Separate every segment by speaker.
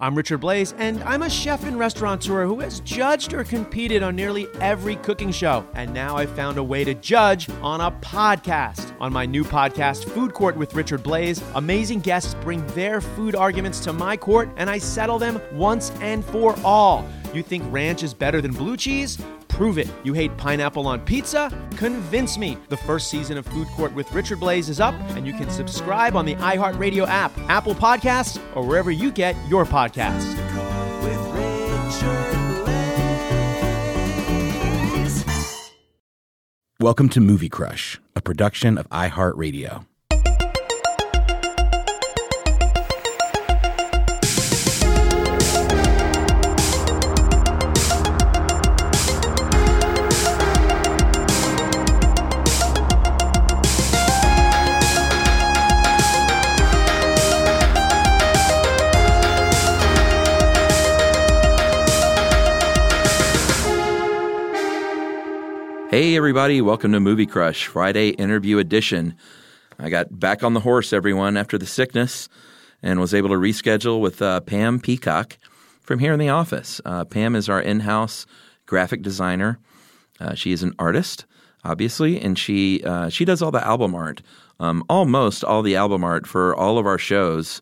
Speaker 1: I'm Richard Blaze, and I'm a chef and restaurateur who has judged or competed on nearly every cooking show. And now I've found a way to judge on a podcast. On my new podcast, Food Court with Richard Blaze, amazing guests bring their food arguments to my court, and I settle them once and for all. You think ranch is better than blue cheese? Prove it. You hate pineapple on pizza? Convince me. The first season of Food Court with Richard Blaze is up, and you can subscribe on the iHeartRadio app, Apple Podcasts, or wherever you get your podcasts.
Speaker 2: Welcome to Movie Crush, a production of iHeartRadio.
Speaker 3: Hey, everybody, welcome to Movie Crush Friday interview edition. I got back on the horse, everyone, after the sickness and was able to reschedule with uh, Pam Peacock from here in the office. Uh, Pam is our in house graphic designer. Uh, she is an artist, obviously, and she, uh, she does all the album art, um, almost all the album art for all of our shows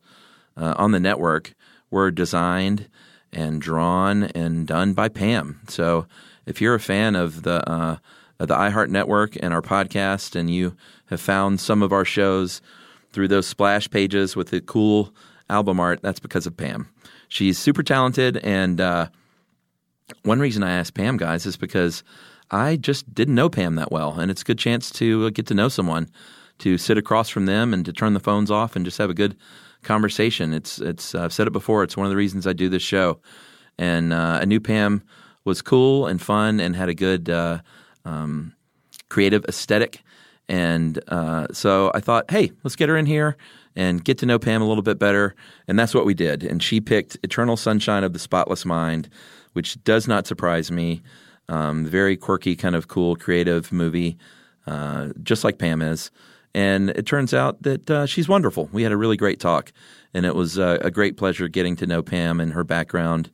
Speaker 3: uh, on the network were designed and drawn and done by Pam. So if you're a fan of the uh, of the iHeart Network and our podcast, and you have found some of our shows through those splash pages with the cool album art, that's because of Pam. She's super talented, and uh, one reason I asked Pam, guys, is because I just didn't know Pam that well, and it's a good chance to uh, get to know someone, to sit across from them, and to turn the phones off and just have a good conversation. It's it's uh, I've said it before. It's one of the reasons I do this show, and uh, I knew Pam was cool and fun and had a good uh, um, creative aesthetic. And uh, so I thought, hey, let's get her in here and get to know Pam a little bit better. And that's what we did. And she picked Eternal Sunshine of the Spotless Mind, which does not surprise me. Um, very quirky, kind of cool, creative movie, uh, just like Pam is. And it turns out that uh, she's wonderful. We had a really great talk, and it was uh, a great pleasure getting to know Pam and her background.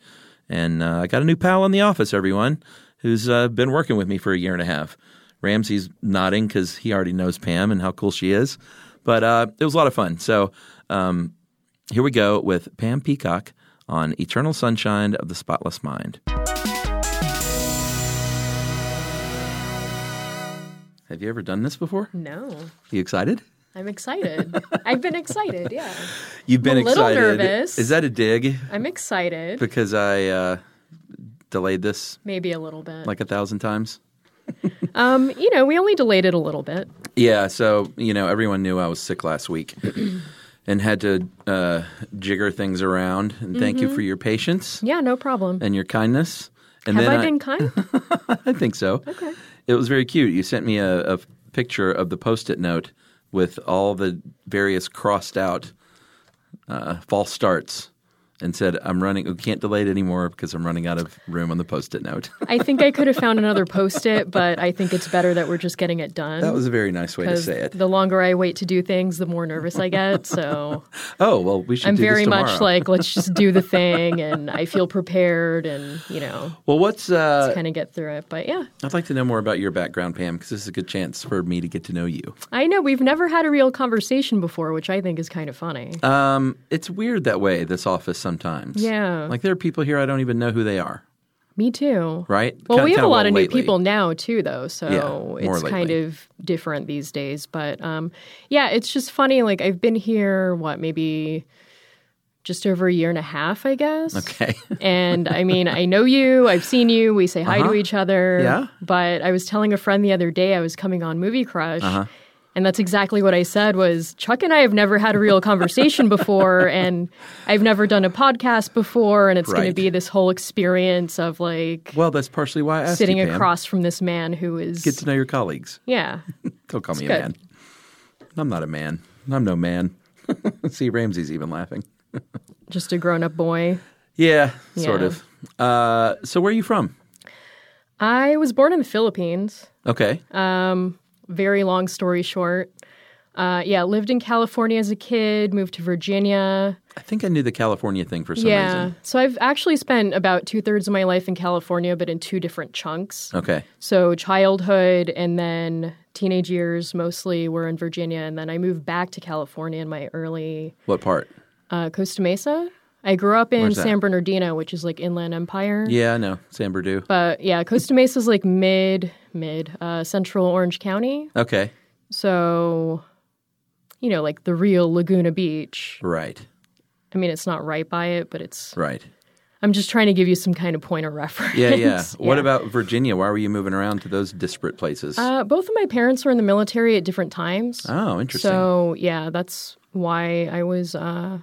Speaker 3: And uh, I got a new pal in the office, everyone, who's uh, been working with me for a year and a half. Ramsey's nodding because he already knows Pam and how cool she is. But uh, it was a lot of fun. So um, here we go with Pam Peacock on Eternal Sunshine of the Spotless Mind. Have you ever done this before?
Speaker 4: No,
Speaker 3: You excited?
Speaker 4: I'm excited. I've been excited. Yeah,
Speaker 3: You've been
Speaker 4: a little
Speaker 3: excited.
Speaker 4: nervous.
Speaker 3: Is that a dig?
Speaker 4: I'm excited.
Speaker 3: Because I uh, delayed this
Speaker 4: Maybe a little bit.
Speaker 3: like a thousand times.
Speaker 4: um, you know, we only delayed it a little bit.
Speaker 3: Yeah, so you know, everyone knew I was sick last week and had to uh, jigger things around. And thank
Speaker 4: Mm-hmm.
Speaker 3: you for your patience
Speaker 4: Yeah, no problem.
Speaker 3: and your kindness. And
Speaker 4: Have
Speaker 3: then
Speaker 4: I been kind?
Speaker 3: I think so. Okay. It was very cute. You sent me a, a picture of the post-it note with all the various crossed out uh, false starts. And said, "I'm running. We can't delay it anymore because I'm running out of room on the post-it note."
Speaker 4: I think I could have found another post it, but I think it's better that we're just getting it done.
Speaker 3: that was a very nice way to
Speaker 4: 'cause
Speaker 3: say it.
Speaker 4: The longer I wait to do things, the more nervous I get. So
Speaker 3: oh well, we should.
Speaker 4: I'm
Speaker 3: do this
Speaker 4: very much
Speaker 3: tomorrow.
Speaker 4: like, let's just do the thing, and I feel prepared, and you know,
Speaker 3: Well, what's uh,
Speaker 4: kind of get through it. But yeah,
Speaker 3: I'd like to know more about your background, Pam, because this is a good chance for me to get to know you.
Speaker 4: I know we've never had a real conversation before, which I think is kind of funny.
Speaker 3: Um, it's weird that way, this office sometimes.
Speaker 4: Yeah.
Speaker 3: Like there are people here I don't even know who they are,
Speaker 4: Me too.
Speaker 3: right?
Speaker 4: Well,
Speaker 3: Kinda
Speaker 4: we have a
Speaker 3: tell
Speaker 4: lot of
Speaker 3: lately.
Speaker 4: new people now too, though, so
Speaker 3: Yeah, more
Speaker 4: it's kind
Speaker 3: lately.
Speaker 4: of different these days. But um, yeah, it's just funny. Like I've been here, what maybe just over a year and a half, I guess.
Speaker 3: Okay.
Speaker 4: and I mean, I know you. I've seen you. We say hi to each other.
Speaker 3: Uh-huh. Yeah. Uh-huh.
Speaker 4: But I was telling a friend the other day I was coming on Movie Crush, And that's exactly what I said was Chuck and I have never had a real conversation before and I've never done a podcast before and it's going to
Speaker 3: Right.
Speaker 4: be this whole experience of like
Speaker 3: Well, that's partially why I asked
Speaker 4: sitting
Speaker 3: you, Pam.
Speaker 4: across from this man who is
Speaker 3: Get to know your colleagues.
Speaker 4: yeah.
Speaker 3: Don't call me a
Speaker 4: good.
Speaker 3: man. I'm not a man. I'm no man. See, Ramsey's even laughing.
Speaker 4: Just a grown up boy.
Speaker 3: Yeah, sort
Speaker 4: Yeah.
Speaker 3: of. Uh, so, where are you from?
Speaker 4: I was born in the Philippines.
Speaker 3: Okay.
Speaker 4: Uh, Very long story short. Uh, yeah, lived in California as a kid, moved to Virginia.
Speaker 3: I think I knew the California thing for some
Speaker 4: yeah.
Speaker 3: reason.
Speaker 4: So I've actually spent about two thirds of my life in California, but in two different chunks.
Speaker 3: Okay.
Speaker 4: So childhood and then teenage years mostly were in Virginia, and then I moved back to California in my early
Speaker 3: What part?
Speaker 4: uh, Costa Mesa. I grew up in
Speaker 3: Where's that?
Speaker 4: San Bernardino, which is like Inland Empire.
Speaker 3: Yeah, I know. San Berdue.
Speaker 4: But yeah, Costa Mesa's like mid mid uh, central Orange County.
Speaker 3: Okay.
Speaker 4: So you know, like the real Laguna Beach.
Speaker 3: Right.
Speaker 4: I mean, it's not right by it, but it's.
Speaker 3: Right.
Speaker 4: I'm just trying to give you some kind of point of reference.
Speaker 3: Yeah, yeah. What
Speaker 4: Yeah.
Speaker 3: about Virginia? Why were you moving around to those disparate places?
Speaker 4: Uh, both of my parents were in the military at different times.
Speaker 3: oh, interesting.
Speaker 4: So yeah, that's why I was uh,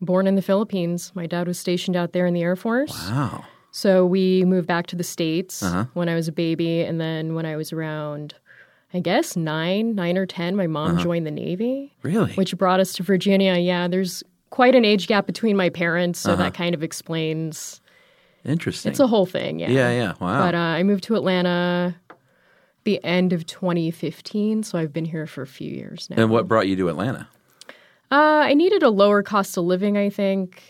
Speaker 4: born in the Philippines. My dad was stationed out there in the Air Force.
Speaker 3: wow.
Speaker 4: So we moved back to the states
Speaker 3: Uh-huh.
Speaker 4: when I was a baby, and then when I was around, I guess nine, nine or ten, my mom
Speaker 3: Uh-huh.
Speaker 4: joined the Navy,
Speaker 3: Really?
Speaker 4: which brought us to Virginia. Yeah, there's quite an age gap between my parents, so
Speaker 3: Uh-huh.
Speaker 4: that kind of explains.
Speaker 3: interesting.
Speaker 4: It's a whole thing. Yeah.
Speaker 3: yeah, yeah. Wow.
Speaker 4: But uh, I moved to Atlanta the end of 2015, so I've been here for a few years now.
Speaker 3: and what brought you to Atlanta?
Speaker 4: Uh, I needed a lower cost of living, I think.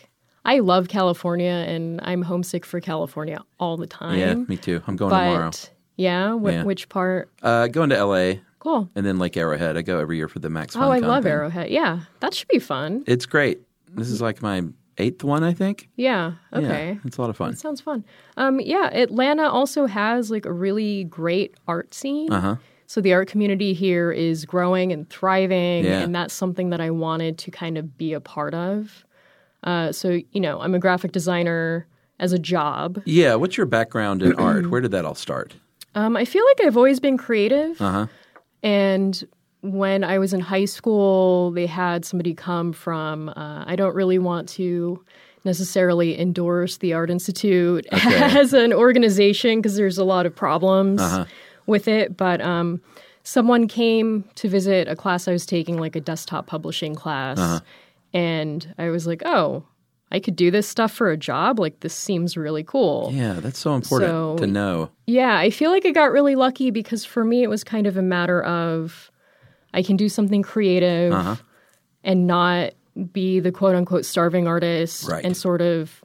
Speaker 4: I love California and I'm homesick for California all the time.
Speaker 3: Yeah, me too. I'm going
Speaker 4: but
Speaker 3: tomorrow.
Speaker 4: yeah, wh-
Speaker 3: Yeah.
Speaker 4: which part?
Speaker 3: Uh, going to LA
Speaker 4: Cool.
Speaker 3: and then Lake Arrowhead. I go every year for the Max
Speaker 4: oh,
Speaker 3: Fun
Speaker 4: I
Speaker 3: Con
Speaker 4: love
Speaker 3: thing.
Speaker 4: Arrowhead. Yeah, that should be fun.
Speaker 3: It's great. This is like my eighth one, I think.
Speaker 4: Yeah, okay.
Speaker 3: Yeah, it's a lot of fun.
Speaker 4: That sounds fun. Um, yeah, Atlanta also has like a really great art scene. Uh-huh. So the art community here is growing and thriving,
Speaker 3: Yeah.
Speaker 4: and that's something that I wanted to kind of be a part of. Uh, so you know, I'm a graphic designer as a job.
Speaker 3: Yeah. What's your background in art? Where did that all start?
Speaker 4: Um, I feel like I've always been creative, and when I was in high school, they had somebody come from. Uh, I don't really want to necessarily endorse the Art Institute as an organization because there's a lot of problems with it. But um, someone came to visit a class I was taking, like a desktop publishing class, and I was like, "Oh, I could do this stuff for a job. Like this seems really cool."
Speaker 3: Yeah, that's so important
Speaker 4: So-
Speaker 3: to know.
Speaker 4: Yeah, I feel like I got really lucky because for me it was kind of a matter of I can do something creative
Speaker 3: Uh-huh.
Speaker 4: and not be the quote unquote starving artist
Speaker 3: Right.
Speaker 4: and sort of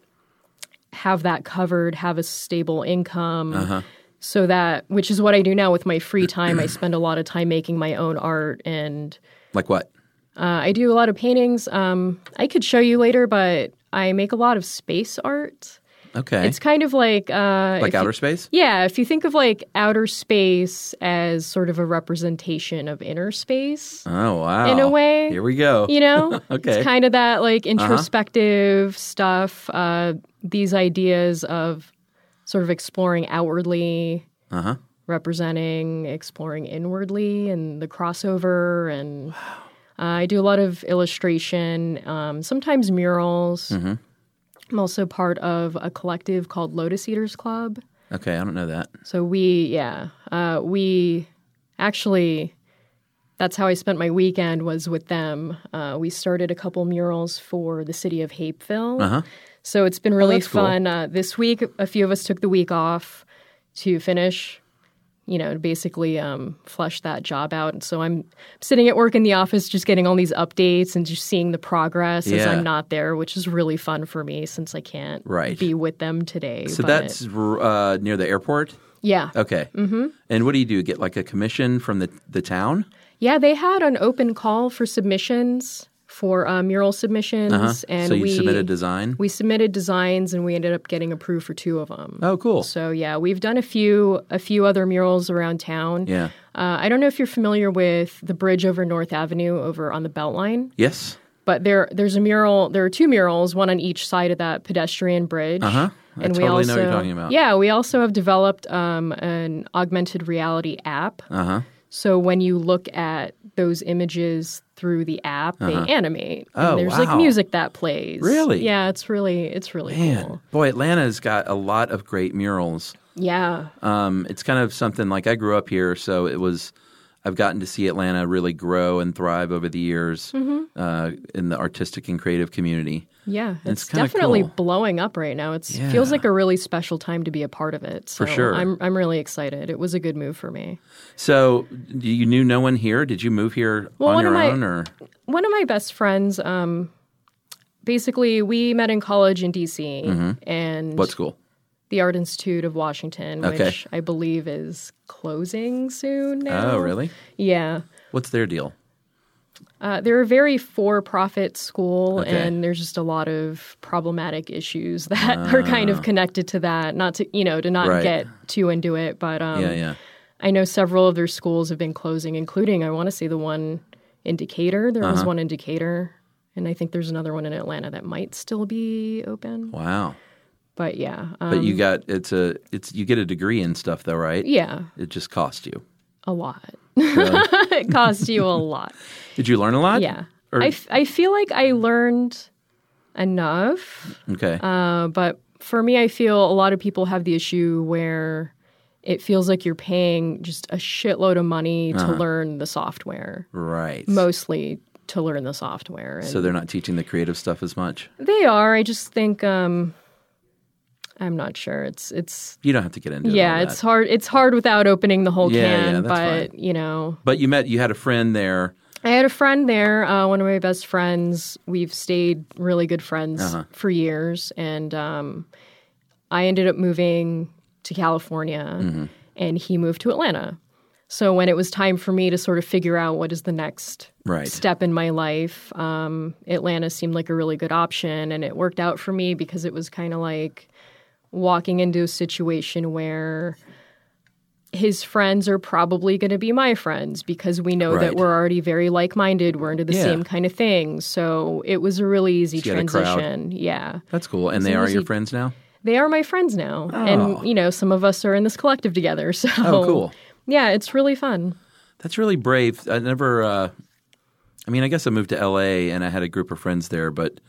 Speaker 4: have that covered, have a stable income.
Speaker 3: Uh-huh.
Speaker 4: So that which is what I do now with my free time. I spend a lot of time making my own art and
Speaker 3: Like what?
Speaker 4: uh, I do a lot of paintings. Um, I could show you later, but I make a lot of space art.
Speaker 3: Okay.
Speaker 4: It's kind of like uh,
Speaker 3: like
Speaker 4: if you-
Speaker 3: outer space?
Speaker 4: yeah, if you think of like outer space as sort of a representation of inner space,
Speaker 3: Oh, wow.
Speaker 4: In a way,
Speaker 3: Here we go.
Speaker 4: you know,
Speaker 3: Okay. Uh-huh.
Speaker 4: it's kind of that like introspective stuff. Uh, these ideas of sort of exploring outwardly,
Speaker 3: Uh-huh.
Speaker 4: representing, exploring inwardly, and the crossover. And uh, I do a lot of illustration, um, sometimes murals.
Speaker 3: Mm-hmm.
Speaker 4: I'm also part of a collective called Lotus Eaters Club.
Speaker 3: Okay, I don't know that.
Speaker 4: So we, yeah, uh, we actually, that's how I spent my weekend was with them. Uh, we started a couple murals for the city of Hapeville. So it's been
Speaker 3: Uh-huh.
Speaker 4: really
Speaker 3: Oh, that's cool.
Speaker 4: fun. Uh, this week, a few of us took the week off to finish, you know, to basically um, flesh that job out. And so I'm sitting at work in the office, just getting all these updates and just seeing the progress as
Speaker 3: Yeah.
Speaker 4: I'm not there, which is really fun for me since I can't
Speaker 3: Right.
Speaker 4: be with them today.
Speaker 3: So
Speaker 4: but-
Speaker 3: that's uh, near the airport?
Speaker 4: yeah.
Speaker 3: Okay. Mm-hmm. And what do you do? Get like a commission from the, the town?
Speaker 4: Yeah, they had an open call for submissions for uh, mural submissions,
Speaker 3: Uh-huh.
Speaker 4: and
Speaker 3: so you
Speaker 4: we
Speaker 3: submit a design?
Speaker 4: we submitted designs, and we ended up getting approved for two of them.
Speaker 3: oh, cool.
Speaker 4: So yeah, we've done a few a few other murals around town.
Speaker 3: yeah.
Speaker 4: Uh, I don't know if you're familiar with the bridge over North Avenue over on the Beltline,
Speaker 3: Yes.
Speaker 4: but there there's a mural. There are two murals, one on each side of that pedestrian bridge.
Speaker 3: Uh-huh. I
Speaker 4: And we
Speaker 3: totally
Speaker 4: also,
Speaker 3: know what you're talking about.
Speaker 4: yeah, we also have developed um, an augmented reality app.
Speaker 3: Uh huh.
Speaker 4: So when you look at those images through the app. They animate.
Speaker 3: Oh,
Speaker 4: and there's
Speaker 3: wow.
Speaker 4: like music that plays.
Speaker 3: Really?
Speaker 4: Yeah, it's really it's really
Speaker 3: Man,
Speaker 4: cool.
Speaker 3: boy, Atlanta's got a lot of great murals.
Speaker 4: Yeah.
Speaker 3: Um, it's kind of something like I grew up here, so it was. I've gotten to see Atlanta really grow and thrive over the years
Speaker 4: Mm-hmm.
Speaker 3: uh, in the artistic and creative community.
Speaker 4: Yeah,
Speaker 3: It's
Speaker 4: it's,
Speaker 3: kinda
Speaker 4: definitely
Speaker 3: cool.
Speaker 4: blowing up right now. It
Speaker 3: Yeah.
Speaker 4: feels like a really special time to be a part of it. So
Speaker 3: sure.
Speaker 4: I'm I'm really excited. It was a good move for me.
Speaker 3: So, do you knew no one here? Did you move here
Speaker 4: Well,
Speaker 3: on
Speaker 4: one
Speaker 3: your
Speaker 4: of my-
Speaker 3: own, or
Speaker 4: One of my best friends, um, basically, we met in college in D.C. and
Speaker 3: Mm-hmm. what school?
Speaker 4: the Art Institute of Washington,
Speaker 3: Okay.
Speaker 4: which I believe is closing soon. Now.
Speaker 3: Oh, really?
Speaker 4: Yeah.
Speaker 3: What's their deal?
Speaker 4: Uh, they're a very for-profit school,
Speaker 3: Okay.
Speaker 4: and there's just a lot of problematic issues that are kind of connected to that. Not to you know to not
Speaker 3: Ah. Right.
Speaker 4: get too into it, but um,
Speaker 3: yeah, yeah.
Speaker 4: I know several of their schools have been closing, including I want to say the one in Decatur. There was one in Decatur, and I think there's another one in Atlanta that might still be open.
Speaker 3: Wow.
Speaker 4: But yeah, um,
Speaker 3: But you got it's a it's you get a degree in stuff though, right?
Speaker 4: yeah,
Speaker 3: It just costs you.
Speaker 4: a lot. it costs you a lot.
Speaker 3: Did you learn a lot?
Speaker 4: Yeah,
Speaker 3: Or-
Speaker 4: I, f- I feel like I learned enough,
Speaker 3: Okay.
Speaker 4: uh, but for me, I feel a lot of people have the issue where it feels like you're paying just a shitload of money to learn the software.
Speaker 3: right.
Speaker 4: mostly to learn the software. And
Speaker 3: so they're not teaching the creative stuff as much.
Speaker 4: they are. I just think um, I'm not sure. It's it's
Speaker 3: You don't have to get into all
Speaker 4: yeah.
Speaker 3: that.
Speaker 4: It's hard. It's hard without opening the whole
Speaker 3: Yeah, yeah,
Speaker 4: can.
Speaker 3: that's
Speaker 4: but you know,
Speaker 3: But you met you had a friend there.
Speaker 4: I had a friend there. Uh, one of my best friends. We've stayed really good friends for years, and um, I ended up moving to California, and he moved to Atlanta. So when it was time for me to sort of figure out what is the next
Speaker 3: Right.
Speaker 4: step in my life, um, Atlanta seemed like a really good option, and it worked out for me because it was kind of like walking into a situation where his friends are probably going to be my friends because we know
Speaker 3: Right.
Speaker 4: that we're already very like-minded. We're into the
Speaker 3: Yeah.
Speaker 4: same kind of thing, so it was a really easy
Speaker 3: you had a crowd.
Speaker 4: transition. Yeah.
Speaker 3: That's cool. And they are
Speaker 4: as
Speaker 3: your
Speaker 4: you-
Speaker 3: friends now?
Speaker 4: They are my friends now. And, you know, some of us are in this collective together. So,
Speaker 3: Oh, cool.
Speaker 4: Yeah, it's really fun.
Speaker 3: That's really brave. I never uh I mean, I guess I moved to LA and I had a group of friends there, but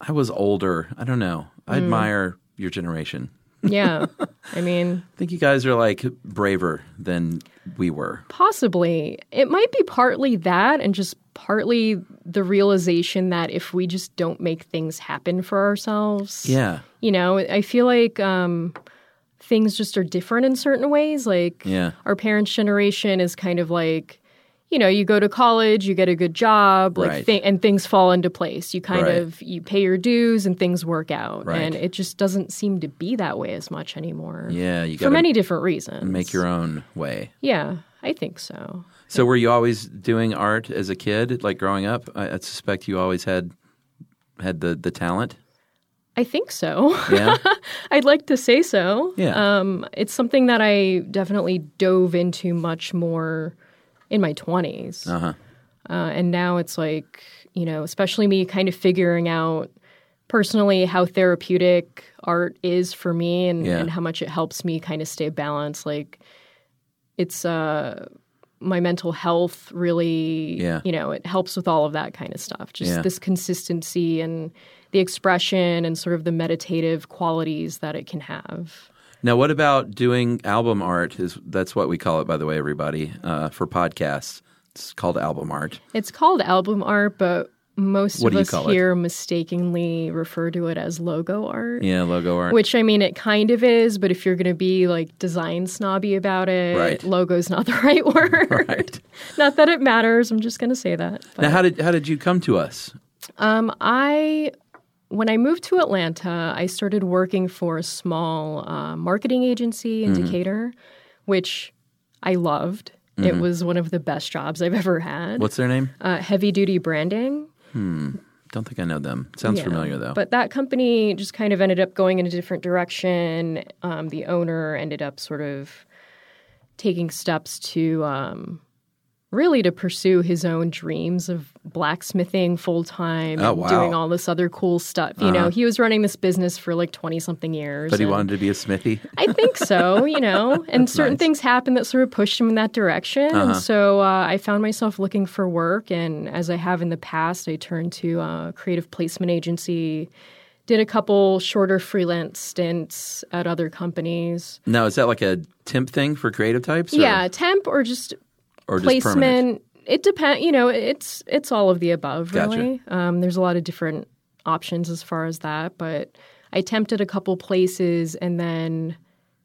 Speaker 3: I was older. I don't know. I admire your generation.
Speaker 4: Yeah. I mean,
Speaker 3: I think you guys are like braver than we were.
Speaker 4: possibly. It might be partly that and just partly the realization that if we just don't make things happen for ourselves,
Speaker 3: Yeah.
Speaker 4: you know, I feel like um, things just are different in certain ways. Like,
Speaker 3: Yeah.
Speaker 4: our parents' generation is kind of like, you know, you go to college, you get a good job, like,
Speaker 3: Right.
Speaker 4: thi- and things fall into place. You kind
Speaker 3: Right.
Speaker 4: of you pay your dues and things work out,
Speaker 3: Right.
Speaker 4: and it just doesn't seem to be that way as much anymore.
Speaker 3: Yeah, you
Speaker 4: for
Speaker 3: gotta
Speaker 4: many different reasons.
Speaker 3: make your own way.
Speaker 4: yeah, I think so.
Speaker 3: So were you always doing art as a kid, like growing up? I, I suspect you always had had the the talent.
Speaker 4: I think so.
Speaker 3: Yeah,
Speaker 4: I'd like to say so.
Speaker 3: Yeah.
Speaker 4: Um, it's something that I definitely dove into much more in my 20s.
Speaker 3: Uh-huh.
Speaker 4: Uh, and now it's like, you know, especially me kind of figuring out personally how therapeutic art is for me and,
Speaker 3: Yeah.
Speaker 4: and how much it helps me kind of stay balanced. Like, it's uh, my mental health really,
Speaker 3: Yeah.
Speaker 4: you know, it helps with all of that kind of stuff. Just
Speaker 3: Yeah.
Speaker 4: this consistency and the expression and sort of the meditative qualities that it can have.
Speaker 3: Now, what about doing album art? Is that's what we call it, by the way, everybody, uh, for podcasts. It's called album art.
Speaker 4: It's called album art, but most
Speaker 3: What do
Speaker 4: of
Speaker 3: you
Speaker 4: us
Speaker 3: call it?
Speaker 4: here mistakenly refer to it as logo art.
Speaker 3: Yeah, logo art.
Speaker 4: Which I mean, it kind of is, but if you're going to be like design snobby about it,
Speaker 3: Right.
Speaker 4: logo's not the right word.
Speaker 3: Right.
Speaker 4: Not that it matters. I'm just going to say that. But,
Speaker 3: Now, how did how did you come to us?
Speaker 4: um, I, when I moved to Atlanta, I started working for a small uh, marketing agency
Speaker 3: Mm-hmm.
Speaker 4: in Decatur, which I loved.
Speaker 3: Mm-hmm.
Speaker 4: It was one of the best jobs I've ever had.
Speaker 3: What's their name?
Speaker 4: uh, heavy duty branding?
Speaker 3: Don't think I know them. Sounds
Speaker 4: Yeah.
Speaker 3: familiar though.
Speaker 4: But that company just kind of ended up going in a different direction. Um, the owner ended up sort of taking steps to um, really to pursue his own dreams of blacksmithing full time
Speaker 3: Oh,
Speaker 4: and
Speaker 3: wow. Uh-huh.
Speaker 4: doing all this other cool stuff. You know, he was running this business for like 20 something years.
Speaker 3: But he
Speaker 4: and-
Speaker 3: wanted to be a smithy.
Speaker 4: I think so, you know. And certain
Speaker 3: nice.
Speaker 4: things happened that sort of pushed him in that direction. And so uh, I found myself looking for work. And as I have in the past, I turned to uh, creative placement agency, did a couple shorter freelance stints at other companies.
Speaker 3: Now, is that like a temp thing for creative types? Or,
Speaker 4: Yeah, temp or just
Speaker 3: or just permanent?
Speaker 4: placement. It depends. You know, it's it's all of the above.
Speaker 3: Gotcha.
Speaker 4: Really, um, there's a lot of different options as far as that. But I attempted a couple places and then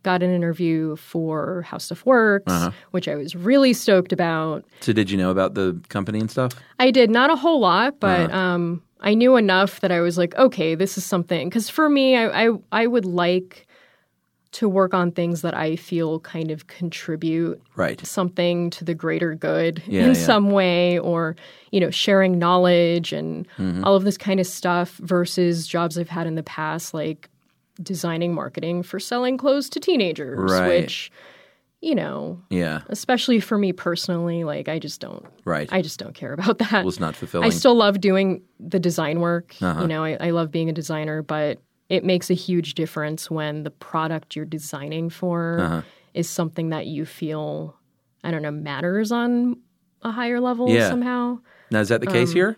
Speaker 4: got an interview for How Stuff Works,
Speaker 3: Uh-huh.
Speaker 4: which I was really stoked about.
Speaker 3: So, did you know about the company and stuff?
Speaker 4: I did not a whole lot, but
Speaker 3: Uh-huh.
Speaker 4: um, I knew enough that I was like, okay, this is something. Because for me, I, I I would like to work on things that I feel kind of contribute
Speaker 3: Right.
Speaker 4: something to the greater good
Speaker 3: Yeah,
Speaker 4: in
Speaker 3: yeah.
Speaker 4: some way or you know sharing knowledge and
Speaker 3: Mm-hmm.
Speaker 4: all of this kind of stuff versus jobs i've had in the past like designing marketing for selling clothes to teenagers
Speaker 3: Right.
Speaker 4: which you know
Speaker 3: Yeah.
Speaker 4: especially for me personally like i just don't
Speaker 3: Right.
Speaker 4: i just don't care about that
Speaker 3: was not
Speaker 4: i
Speaker 3: fulfilling.
Speaker 4: still love doing the design work
Speaker 3: Uh-huh.
Speaker 4: you know I, I love being a designer but it makes a huge difference when the product you're designing for
Speaker 3: Uh-huh.
Speaker 4: is something that you feel i don't know matters on a higher level
Speaker 3: Yeah.
Speaker 4: somehow
Speaker 3: now, is that
Speaker 4: um,
Speaker 3: the case here?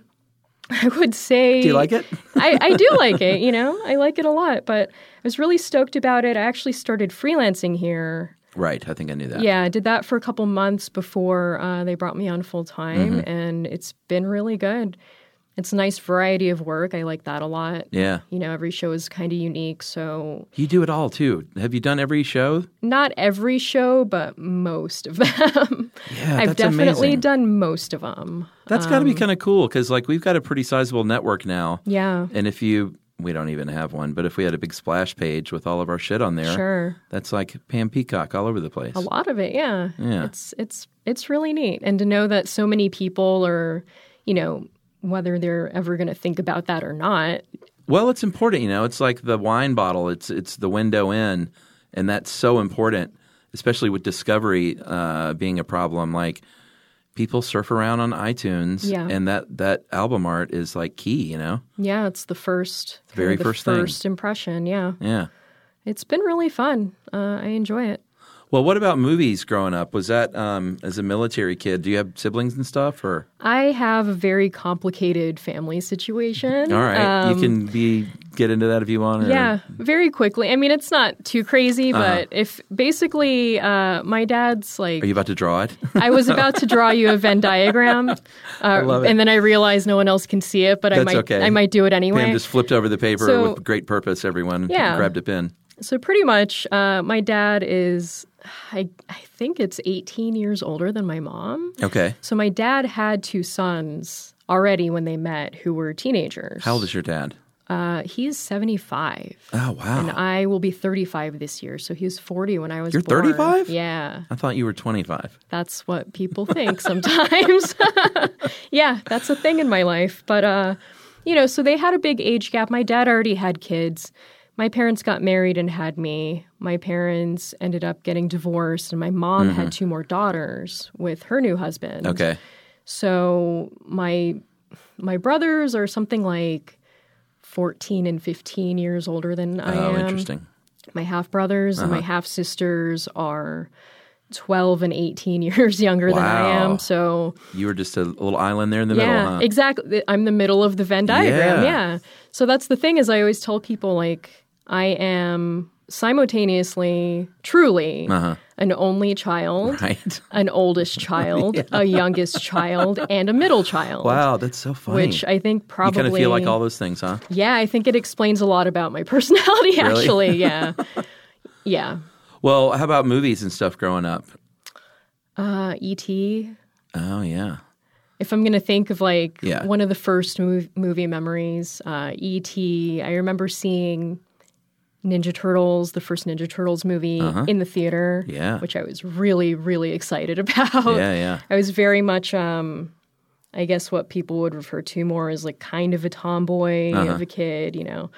Speaker 4: i would say
Speaker 3: Do you like it?
Speaker 4: I, I do like it, you know. I like it a lot, but I was really stoked about it. I actually started freelancing here
Speaker 3: Right. I think I knew that.
Speaker 4: yeah, I did that for a couple months before uh, they brought me on full time,
Speaker 3: Mm-hmm.
Speaker 4: and it's been really good. It's a nice variety of work. I like that a lot.
Speaker 3: Yeah.
Speaker 4: You know, every show is kind of unique. So,
Speaker 3: You do it all too. Have you done every show?
Speaker 4: not every show, but most of them.
Speaker 3: Yeah,
Speaker 4: I've
Speaker 3: that's
Speaker 4: definitely
Speaker 3: amazing.
Speaker 4: done most of them.
Speaker 3: That's got to
Speaker 4: Um,
Speaker 3: be kind of cool because, like, we've got a pretty sizable network now.
Speaker 4: Yeah,
Speaker 3: And if you, we don't even have one, but if we had a big splash page with all of our shit on there,
Speaker 4: sure.
Speaker 3: that's like Pam Peacock all over the place.
Speaker 4: A lot of it, yeah.
Speaker 3: Yeah.
Speaker 4: It's it's it's really neat. And to know that so many people are, you know, whether they're ever going to think about that or not,
Speaker 3: Well, it's important, you know. It's like the wine bottle. It's it's the window in, and that's so important, especially with discovery uh, being a problem. Like people surf around on iTunes,
Speaker 4: Yeah.
Speaker 3: and that that album art is like key, you know.
Speaker 4: Yeah, it's the first, kind of
Speaker 3: very
Speaker 4: the
Speaker 3: first thing.
Speaker 4: first impression. Yeah,
Speaker 3: Yeah.
Speaker 4: it's been really fun. Uh, I enjoy it.
Speaker 3: Well, what about movies? Growing up, was that um, as a military kid? Do you have siblings and stuff, or
Speaker 4: I have a very complicated family situation.
Speaker 3: all right,
Speaker 4: Um,
Speaker 3: you can be get into that if you want. Or,
Speaker 4: yeah, very quickly. I mean, it's not too crazy,
Speaker 3: Uh-huh.
Speaker 4: but if basically uh, my dad's like,
Speaker 3: Are you about to draw it?
Speaker 4: I was about to draw you a Venn diagram, uh,
Speaker 3: love it.
Speaker 4: and then I realized no one else can see it, but I
Speaker 3: That's
Speaker 4: might,
Speaker 3: okay.
Speaker 4: I might do it anyway.
Speaker 3: Pam just flipped over the paper
Speaker 4: So-
Speaker 3: with great purpose. Everyone
Speaker 4: Yeah.
Speaker 3: grabbed a pen.
Speaker 4: So pretty much, uh, my dad is, I, I think it's 18 years older than my mom.
Speaker 3: Okay,
Speaker 4: So my dad had two sons already when they met who were teenagers.
Speaker 3: how old is your dad?
Speaker 4: uh, he's 75.
Speaker 3: Oh wow,
Speaker 4: And I will be 35 this year. So he was 40 when I was
Speaker 3: You're
Speaker 4: born.
Speaker 3: 35?
Speaker 4: Yeah.
Speaker 3: I thought you were 25.
Speaker 4: That's what people think sometimes. yeah, that's a thing in my life. But, uh, you know, so they had a big age gap. My dad already had kids. My parents got married and had me. My parents ended up getting divorced, and my mom had two more daughters with her new husband.
Speaker 3: Mm-hmm. Okay.
Speaker 4: So my my brothers are something like 14 and 15 years older than I
Speaker 3: Oh,
Speaker 4: am.
Speaker 3: interesting. Uh-huh.
Speaker 4: My half brothers and my half sisters are 12 and 18 years younger than I
Speaker 3: Wow.
Speaker 4: am. So
Speaker 3: You were just a little island there in the
Speaker 4: yeah,
Speaker 3: middle, huh?
Speaker 4: exactly. I'm the middle of the Venn diagram.
Speaker 3: Yeah.
Speaker 4: Yeah. So that's the thing is I always tell people like I am simultaneously truly an only child,
Speaker 3: Uh-huh. right.
Speaker 4: an oldest child, a youngest child, and a middle child
Speaker 3: Wow, that's so funny.
Speaker 4: which I think
Speaker 3: you
Speaker 4: probably
Speaker 3: kind of feel like all those things, huh?
Speaker 4: Yeah, I think it explains a lot about my personality. Actually, yeah, yeah.
Speaker 3: Well, how about movies and stuff growing up?
Speaker 4: Uh, E.T.
Speaker 3: Oh yeah,
Speaker 4: If I'm gonna think of like
Speaker 3: Yeah.
Speaker 4: one of the first mov- movie memories, uh, E.T. I remember seeing Ninja Turtles, the first Ninja Turtles movie in the theater.
Speaker 3: Uh-huh. Yeah.
Speaker 4: which I was really, really excited about.
Speaker 3: yeah, yeah.
Speaker 4: I was very much, um,
Speaker 3: Uh-huh.
Speaker 4: I guess, what people would refer to more as like kind of a tomboy of a kid, you know.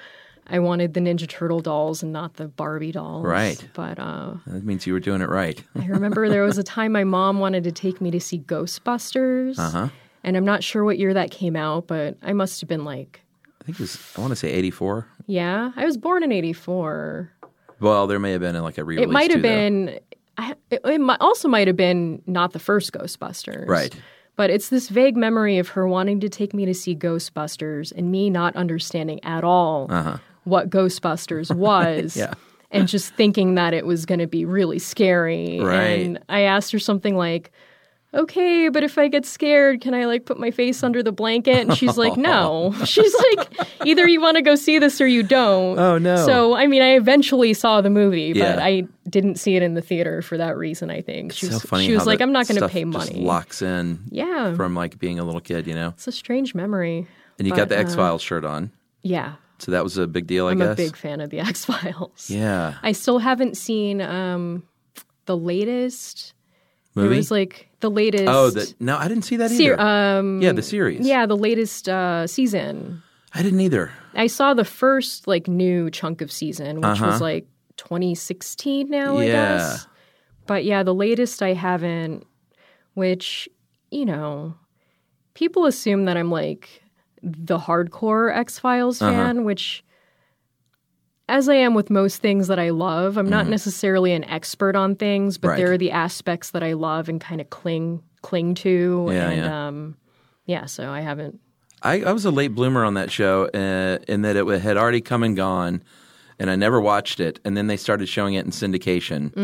Speaker 4: I wanted the Ninja Turtle dolls and not the Barbie dolls.
Speaker 3: Right.
Speaker 4: But uh,
Speaker 3: That means you were doing it right.
Speaker 4: I remember there was a time my mom wanted to take me to see Ghostbusters.
Speaker 3: Uh-huh.
Speaker 4: And I'm not sure what year that came out, but I must have been like,
Speaker 3: I think it was, I want to say 84.
Speaker 4: yeah, I was born in 84.
Speaker 3: Well, there may have been uh, like a re release.
Speaker 4: It might have been, I, it, it mi- also might have been not the first Ghostbusters.
Speaker 3: Right.
Speaker 4: But it's this vague memory of her wanting to take me to see Ghostbusters and me not understanding at all what Ghostbusters was.
Speaker 3: Uh-huh. Yeah.
Speaker 4: And just thinking that it was going to be really scary.
Speaker 3: Right.
Speaker 4: And I asked her something like, okay, but if I get scared, can I like put my face under the blanket? And she's like, no. She's like, either you want to go see this or you don't.
Speaker 3: Oh, no.
Speaker 4: So, I mean, I eventually saw the movie,
Speaker 3: Yeah.
Speaker 4: but I didn't see it in the theater for that reason, I think. She
Speaker 3: so
Speaker 4: was,
Speaker 3: funny
Speaker 4: she was
Speaker 3: how
Speaker 4: like,
Speaker 3: that
Speaker 4: I'm not going to
Speaker 3: stuff
Speaker 4: pay
Speaker 3: just
Speaker 4: money.
Speaker 3: locks in
Speaker 4: yeah.
Speaker 3: from like being a little kid, you know?
Speaker 4: it's a strange memory.
Speaker 3: And you
Speaker 4: But,
Speaker 3: got the
Speaker 4: uh,
Speaker 3: X Files shirt on.
Speaker 4: yeah.
Speaker 3: So that was a big deal, I
Speaker 4: I'm
Speaker 3: guess.
Speaker 4: a big fan of the X Files.
Speaker 3: yeah.
Speaker 4: I still haven't seen um, the latest.
Speaker 3: Movie?
Speaker 4: There was like the latest.
Speaker 3: oh, the, no, I didn't see that
Speaker 4: ser-
Speaker 3: either.
Speaker 4: um,
Speaker 3: yeah, the series.
Speaker 4: yeah, the latest uh, season.
Speaker 3: I didn't either.
Speaker 4: I saw the first like new chunk of season, which was like 2016 now, I
Speaker 3: Uh-huh. Yeah.
Speaker 4: guess. But yeah, the latest I haven't, which, you know, people assume that I'm like the hardcore X Files
Speaker 3: Uh-huh.
Speaker 4: fan, which, as I am with most things that I love, I'm not necessarily an expert on things, but
Speaker 3: Mm-hmm. Right.
Speaker 4: there are the aspects that I love and kind of cling cling to.
Speaker 3: Yeah,
Speaker 4: and
Speaker 3: yeah.
Speaker 4: um yeah, so I haven't
Speaker 3: I, I was a late bloomer on that show uh, in that it had already come and gone, and I never watched it. And then they started showing it in syndication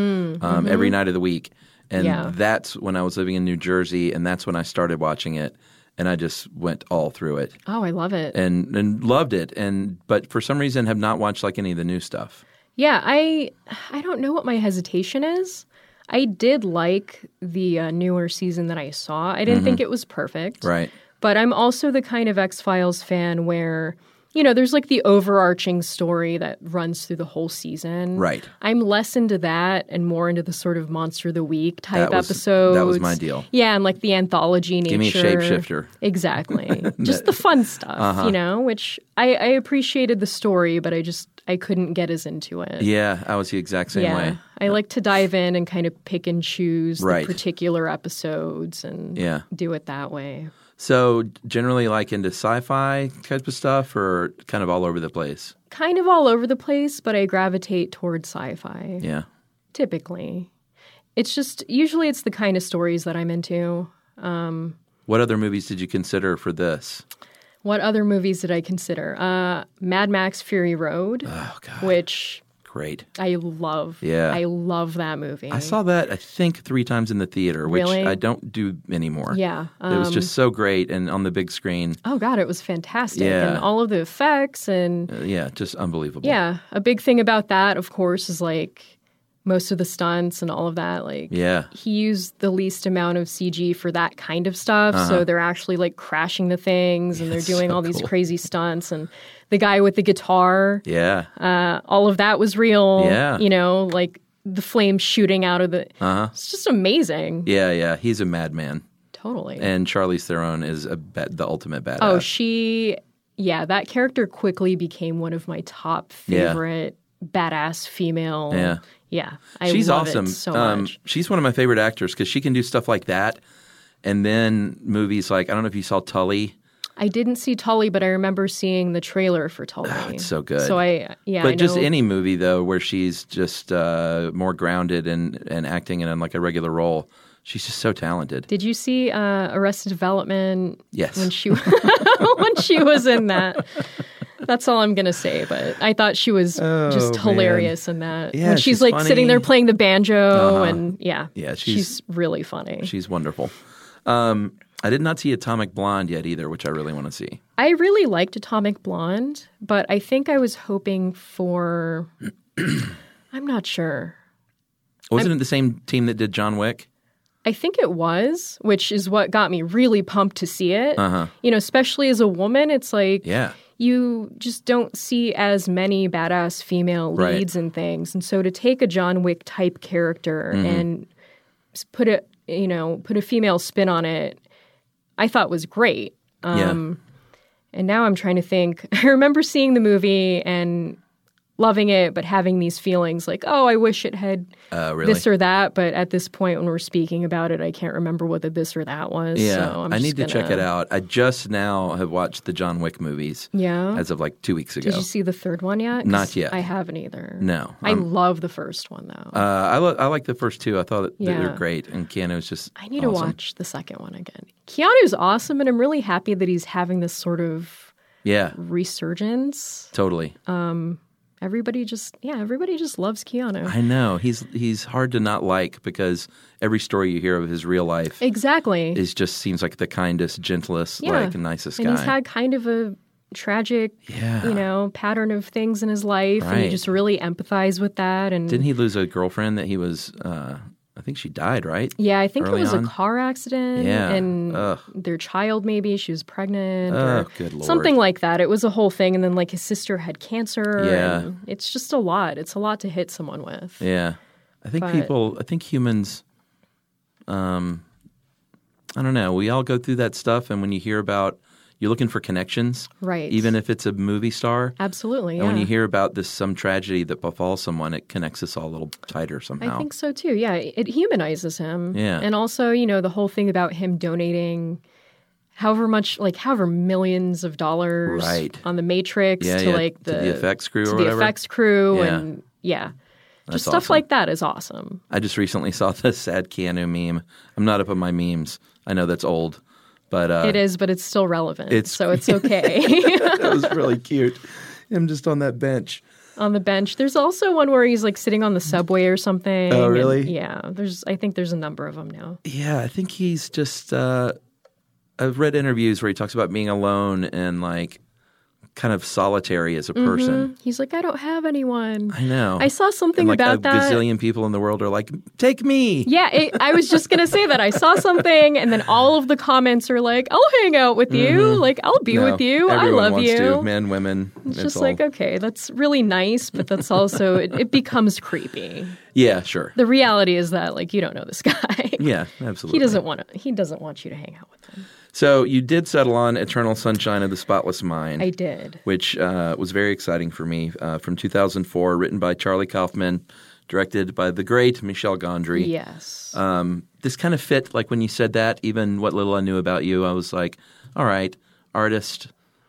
Speaker 3: um, every night of the week. And
Speaker 4: Mm, mm-hmm. Yeah.
Speaker 3: that's when I was living in New Jersey, and that's when I started watching it. And I just went all through it
Speaker 4: Oh, I love it.
Speaker 3: and, and loved it. And but for some reason, have not watched like any of the new stuff.
Speaker 4: Yeah, I I don't know what my hesitation is. I did like the uh, newer season that I saw. I didn't think it was perfect.
Speaker 3: Mm-hmm. Right.
Speaker 4: But I'm also the kind of X-Files fan where you know, there's like the overarching story that runs through the whole season.
Speaker 3: Right.
Speaker 4: I'm less into that and more into the sort of monster of the week type
Speaker 3: That was-
Speaker 4: episodes.
Speaker 3: that was my deal.
Speaker 4: Yeah, and like the anthology nature.
Speaker 3: Give me a shapeshifter. Uh-huh.
Speaker 4: Exactly. just the fun stuff, you know, which I, I appreciated the story, but I just I couldn't get as into it.
Speaker 3: Yeah, I was the exact same
Speaker 4: yeah.
Speaker 3: way.
Speaker 4: I like to dive in and kind of pick and choose
Speaker 3: Right.
Speaker 4: the particular episodes and
Speaker 3: Yeah.
Speaker 4: do it that way.
Speaker 3: So generally, like into sci-fi type of stuff, or kind of all over the place.
Speaker 4: Kind of all over the place, but I gravitate towards sci-fi
Speaker 3: Yeah.
Speaker 4: typically. It's just usually it's the kind of stories that I'm into.
Speaker 3: What other movies did you consider for this?
Speaker 4: What other movies did I consider? Uh, Mad Max Fury Road, which
Speaker 3: Great.
Speaker 4: I love.
Speaker 3: Uh. Yeah.
Speaker 4: I love that movie.
Speaker 3: I saw that I think three times in the theater, which
Speaker 4: Really?
Speaker 3: I don't do anymore.
Speaker 4: Yeah. um,
Speaker 3: it was just so great and on the big screen.
Speaker 4: Oh god, it was fantastic,
Speaker 3: Yeah.
Speaker 4: and all of the effects and
Speaker 3: uh, yeah, just unbelievable.
Speaker 4: Yeah, a big thing about that, of course, is like most of the stunts and all of that. Like,
Speaker 3: Yeah.
Speaker 4: he used the least amount of CG for that kind of stuff.
Speaker 3: Uh-huh.
Speaker 4: So they're actually like crashing the things and they're doing all these crazy stunts. And the guy with the guitar,
Speaker 3: Yeah.
Speaker 4: uh, all of that was real.
Speaker 3: Yeah. Uh-huh.
Speaker 4: You know, like the flames shooting out of the. It's just amazing.
Speaker 3: Yeah, yeah. He's a madman.
Speaker 4: Totally.
Speaker 3: And uh, Charlize Theron is a ba- the ultimate badass.
Speaker 4: Oh, she, yeah, that character quickly became one of my top
Speaker 3: Yeah.
Speaker 4: favorite badass female.
Speaker 3: Yeah.
Speaker 4: yeah, I
Speaker 3: she's
Speaker 4: love
Speaker 3: awesome.
Speaker 4: it so
Speaker 3: Um,
Speaker 4: much.
Speaker 3: she's one of my favorite actors because she can do stuff like that. And then movies like, I don't know if you saw Tully.
Speaker 4: I didn't see Tully, but I remember seeing the trailer for Tully.
Speaker 3: Ah, it's so good.
Speaker 4: So I, yeah,
Speaker 3: but
Speaker 4: I
Speaker 3: just
Speaker 4: know-
Speaker 3: any movie though where she's just uh, more grounded and, and acting in like a regular role she's just so talented
Speaker 4: Did you see uh, Arrested Development?
Speaker 3: Yes.
Speaker 4: When she when she was in that. That's all I'm gonna say, but I thought she was just
Speaker 3: Oh, man.
Speaker 4: hilarious in that.
Speaker 3: Yeah,
Speaker 4: when she's,
Speaker 3: she's
Speaker 4: like
Speaker 3: funny. Uh-huh.
Speaker 4: sitting there playing the banjo, and yeah,
Speaker 3: Yeah, she's-
Speaker 4: she's, really funny.
Speaker 3: she's wonderful um, i did not see atomic blonde yet either which i really want to see
Speaker 4: I really liked Atomic Blonde, but I think I was hoping for. I'm not sure.
Speaker 3: wasn't it the same team that did john wick
Speaker 4: I think it was, which is what got me really pumped to see it. You know, especially as a woman, it's like
Speaker 3: Uh-huh. yeah
Speaker 4: you just don't see as many badass female
Speaker 3: Right.
Speaker 4: leads and things. And so to take a John Wick type character
Speaker 3: Mm-hmm.
Speaker 4: and s- put a you know put a female spin on it, I thought was great.
Speaker 3: yeah
Speaker 4: And now I'm trying to think. I remember seeing the movie and loving it, but having these feelings like, oh, I wish it had
Speaker 3: Uh, really?
Speaker 4: this or that. But at this point, when we're speaking about it, I can't remember what the this or that was.
Speaker 3: yeah,
Speaker 4: so I'm
Speaker 3: I
Speaker 4: just
Speaker 3: need to check it
Speaker 4: gonna-
Speaker 3: out. I just now have watched the John Wick movies
Speaker 4: Yeah.
Speaker 3: as of like two weeks ago.
Speaker 4: Did you see the third one yet? 'Cause
Speaker 3: Not yet.
Speaker 4: I haven't either.
Speaker 3: No,
Speaker 4: I
Speaker 3: I'm-
Speaker 4: love the first one though.
Speaker 3: uh, I, lo- I like the first two. I thought that they were
Speaker 4: Yeah.
Speaker 3: great, and Keanu's just
Speaker 4: I need to
Speaker 3: awesome.
Speaker 4: watch the second one again. Keanu's awesome, and I'm really happy that he's having this sort of
Speaker 3: Yeah,
Speaker 4: resurgence.
Speaker 3: totally.
Speaker 4: Everybody just, yeah, everybody just loves Keanu.
Speaker 3: I know he's he's hard to not like because every story you hear of his real life
Speaker 4: exactly.
Speaker 3: is just seems like the kindest, gentlest,
Speaker 4: yeah.
Speaker 3: like nicest
Speaker 4: and
Speaker 3: guy.
Speaker 4: he's had kind of a tragic,
Speaker 3: Yeah.
Speaker 4: you know, pattern of things in his life, and
Speaker 3: Right.
Speaker 4: you just really empathize with that. And
Speaker 3: Didn't he lose a girlfriend that he was? Uh, I think she died, right?
Speaker 4: yeah, I think it
Speaker 3: early
Speaker 4: was
Speaker 3: on?
Speaker 4: a car accident,
Speaker 3: Yeah.
Speaker 4: and
Speaker 3: Ugh.
Speaker 4: their child maybe she was pregnant,
Speaker 3: Oh,
Speaker 4: or
Speaker 3: good lord.
Speaker 4: something like that. It was a whole thing, and then like his sister had cancer.
Speaker 3: Yeah.
Speaker 4: and it's just a lot. It's a lot to hit someone with.
Speaker 3: Yeah, I think
Speaker 4: But-
Speaker 3: people. I think humans. Um, I don't know. We all go through that stuff, and when you hear about, you're looking for connections,
Speaker 4: Right.
Speaker 3: Even if it's a movie star.
Speaker 4: Absolutely.
Speaker 3: And when
Speaker 4: yeah.
Speaker 3: you hear about this some tragedy that befalls someone, it connects us all a little tighter somehow.
Speaker 4: I think so too. Yeah, it humanizes him.
Speaker 3: Yeah.
Speaker 4: And also, you know, the whole thing about him donating however much like however millions of dollars
Speaker 3: Right.
Speaker 4: on the matrix
Speaker 3: Yeah,
Speaker 4: to
Speaker 3: yeah,
Speaker 4: like
Speaker 3: to
Speaker 4: the,
Speaker 3: the effects crew
Speaker 4: to
Speaker 3: or
Speaker 4: the
Speaker 3: whatever.
Speaker 4: effects crew
Speaker 3: Yeah.
Speaker 4: and yeah.
Speaker 3: That's
Speaker 4: Just stuff
Speaker 3: awesome.
Speaker 4: like that is awesome.
Speaker 3: I just recently saw the sad Keanu meme. I'm not up on my memes. I know that's old, but uh,
Speaker 4: it is, but it's still relevant.
Speaker 3: it's-
Speaker 4: so it's okay.
Speaker 3: that was really cute. Him just on that bench.
Speaker 4: on the bench. There's also one where he's like sitting on the subway or something.
Speaker 3: Oh,
Speaker 4: and-
Speaker 3: really?
Speaker 4: yeah. There's I think there's a number of them now.
Speaker 3: Yeah, I think he's just. Uh, I've read interviews where he talks about being alone and like kind of solitary as a person.
Speaker 4: He's like, I don't have anyone.
Speaker 3: I know.
Speaker 4: Mm-hmm. I saw something
Speaker 3: and like
Speaker 4: about
Speaker 3: a
Speaker 4: that.
Speaker 3: gazillion people in the world are like, "Take me."
Speaker 4: Yeah, it, I was just gonna say that I saw something, and then all of the comments are like, "I'll hang out with you. Like, I'll be
Speaker 3: Mm-hmm. No,
Speaker 4: with you. I
Speaker 3: everyone
Speaker 4: love
Speaker 3: wants
Speaker 4: you."
Speaker 3: To, men, women.
Speaker 4: It's just like, okay, that's really nice, but that's also it, it becomes creepy.
Speaker 3: yeah, sure.
Speaker 4: The reality is that like you don't know this guy.
Speaker 3: Yeah, absolutely.
Speaker 4: he doesn't want to. He doesn't want you to hang out with him.
Speaker 3: So you did settle on Eternal Sunshine of the Spotless Mind.
Speaker 4: I did.
Speaker 3: which uh, was very exciting for me. Uh, from 2004, written by Charlie Kaufman, directed by the great Michel Gondry.
Speaker 4: Yes.
Speaker 3: Um, this kind of fit, like when you said that, even what little I knew about you, I was like, all right, artist,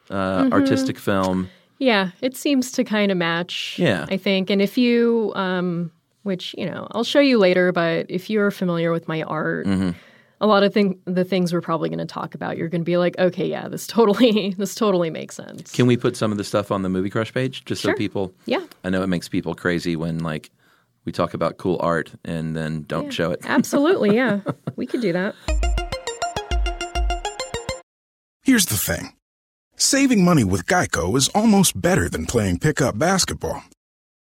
Speaker 3: uh, artistic film.
Speaker 4: Yeah, it seems to kind of match.
Speaker 3: Yeah.
Speaker 4: I think. And if you, um, which you know, I'll show you later, but if you're familiar with my art,
Speaker 3: Mm-hmm.
Speaker 4: a lot of thing, the things we're probably going to talk about, you're going to be like, okay, yeah, this totally, this totally makes sense.
Speaker 3: Can we put some of the stuff on the Movie Crush page just so people?
Speaker 4: Yeah.
Speaker 3: I know it makes people crazy when like we talk about cool art and then don't show it.
Speaker 4: Absolutely, yeah, we could do that.
Speaker 5: Here's the thing saving money with Geico is almost better than playing pickup basketball.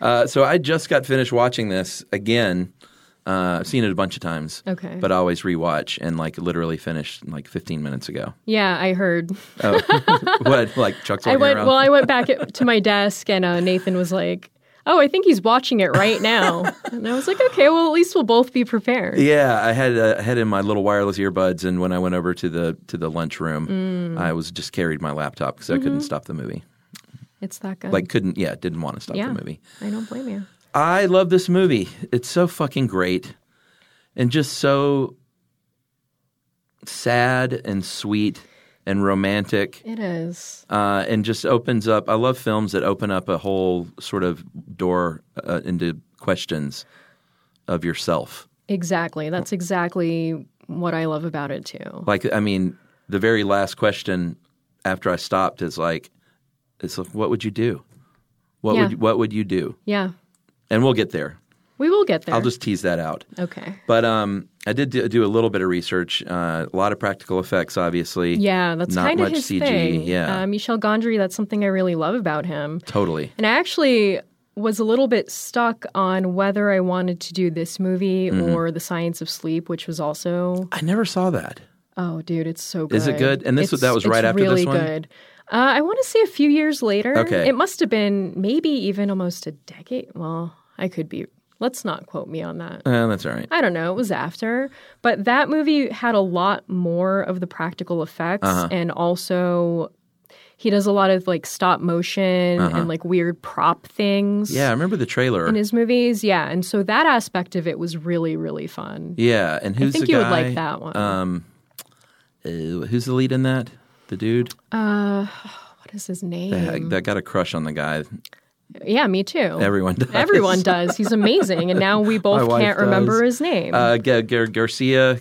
Speaker 3: Uh, so I just got finished watching this again. Uh, I've seen it a bunch of times.
Speaker 4: Okay.
Speaker 3: But I always rewatch and like literally finished like 15 minutes ago.
Speaker 4: Yeah, I heard.
Speaker 3: Oh, what? Like Chuck's
Speaker 4: I
Speaker 3: walking
Speaker 4: went.
Speaker 3: around?
Speaker 4: Well, I went back at, to my desk, and uh, Nathan was like. Oh, I think he's watching it right now. And I was like, okay, well, at least we'll both be prepared.
Speaker 3: yeah, I had uh, I had in my little wireless earbuds, and when I went over to the to the lunchroom,
Speaker 4: Mm.
Speaker 3: I was just carried my laptop because I
Speaker 4: Mm-hmm.
Speaker 3: couldn't stop the movie.
Speaker 4: It's that good.
Speaker 3: Like couldn't, yeah, didn't want to stop
Speaker 4: Uh. yeah,
Speaker 3: the movie.
Speaker 4: I don't blame you.
Speaker 3: I love this movie. It's so fucking great and just so sad and sweet and romantic
Speaker 4: It is.
Speaker 3: uh, and just opens up. I love films that open up a whole sort of door uh, into questions of yourself.
Speaker 4: Exactly. That's exactly what I love about it too.
Speaker 3: Like, I mean, the very last question after I stopped is like, "It's like, what would you do? What
Speaker 4: Yeah.
Speaker 3: would what would you do?"
Speaker 4: Yeah.
Speaker 3: And we'll get there.
Speaker 4: We will get there.
Speaker 3: I'll just tease that out.
Speaker 4: Okay.
Speaker 3: But um, I did do, do a little bit of research. Uh, a lot of practical effects, obviously.
Speaker 4: Yeah, that's
Speaker 3: not
Speaker 4: kind of
Speaker 3: much
Speaker 4: his
Speaker 3: CG.
Speaker 4: thing.
Speaker 3: Yeah,
Speaker 4: Uh, Michel Gondry, that's something I really love about him.
Speaker 3: totally.
Speaker 4: And I actually was a little bit stuck on whether I wanted to do this movie
Speaker 3: Mm-hmm.
Speaker 4: or The Science of Sleep, which was also
Speaker 3: I never saw that.
Speaker 4: oh, dude, it's so good.
Speaker 3: Is it good? And this was-
Speaker 4: It's-
Speaker 3: that was right
Speaker 4: it's
Speaker 3: after this
Speaker 4: really
Speaker 3: one?
Speaker 4: Good. Uh, I want to say a few years later.
Speaker 3: Okay.
Speaker 4: it must have been maybe even almost a decade. Well, I could be. Let's not quote me on that.
Speaker 3: Uh, that's all right.
Speaker 4: I don't know, it was after. But that movie had a lot more of the practical effects
Speaker 3: Uh-huh.
Speaker 4: and also he does a lot of like stop motion and like weird prop things.
Speaker 3: Uh-huh. Yeah, I remember the trailer.
Speaker 4: In his movies, yeah. And so that aspect of it was really, really fun.
Speaker 3: yeah, and who's
Speaker 4: think
Speaker 3: the
Speaker 4: you
Speaker 3: guy?
Speaker 4: would like that one.
Speaker 3: Um, uh, who's the lead in that? The dude
Speaker 4: What is his name?
Speaker 3: that, that got a crush on the guy.
Speaker 4: yeah, me too.
Speaker 3: Everyone does.
Speaker 4: Everyone does. He's amazing. And now we both
Speaker 3: wife
Speaker 4: can't remember
Speaker 3: does.
Speaker 4: his name.
Speaker 3: Uh, Ga- Gar- Garcia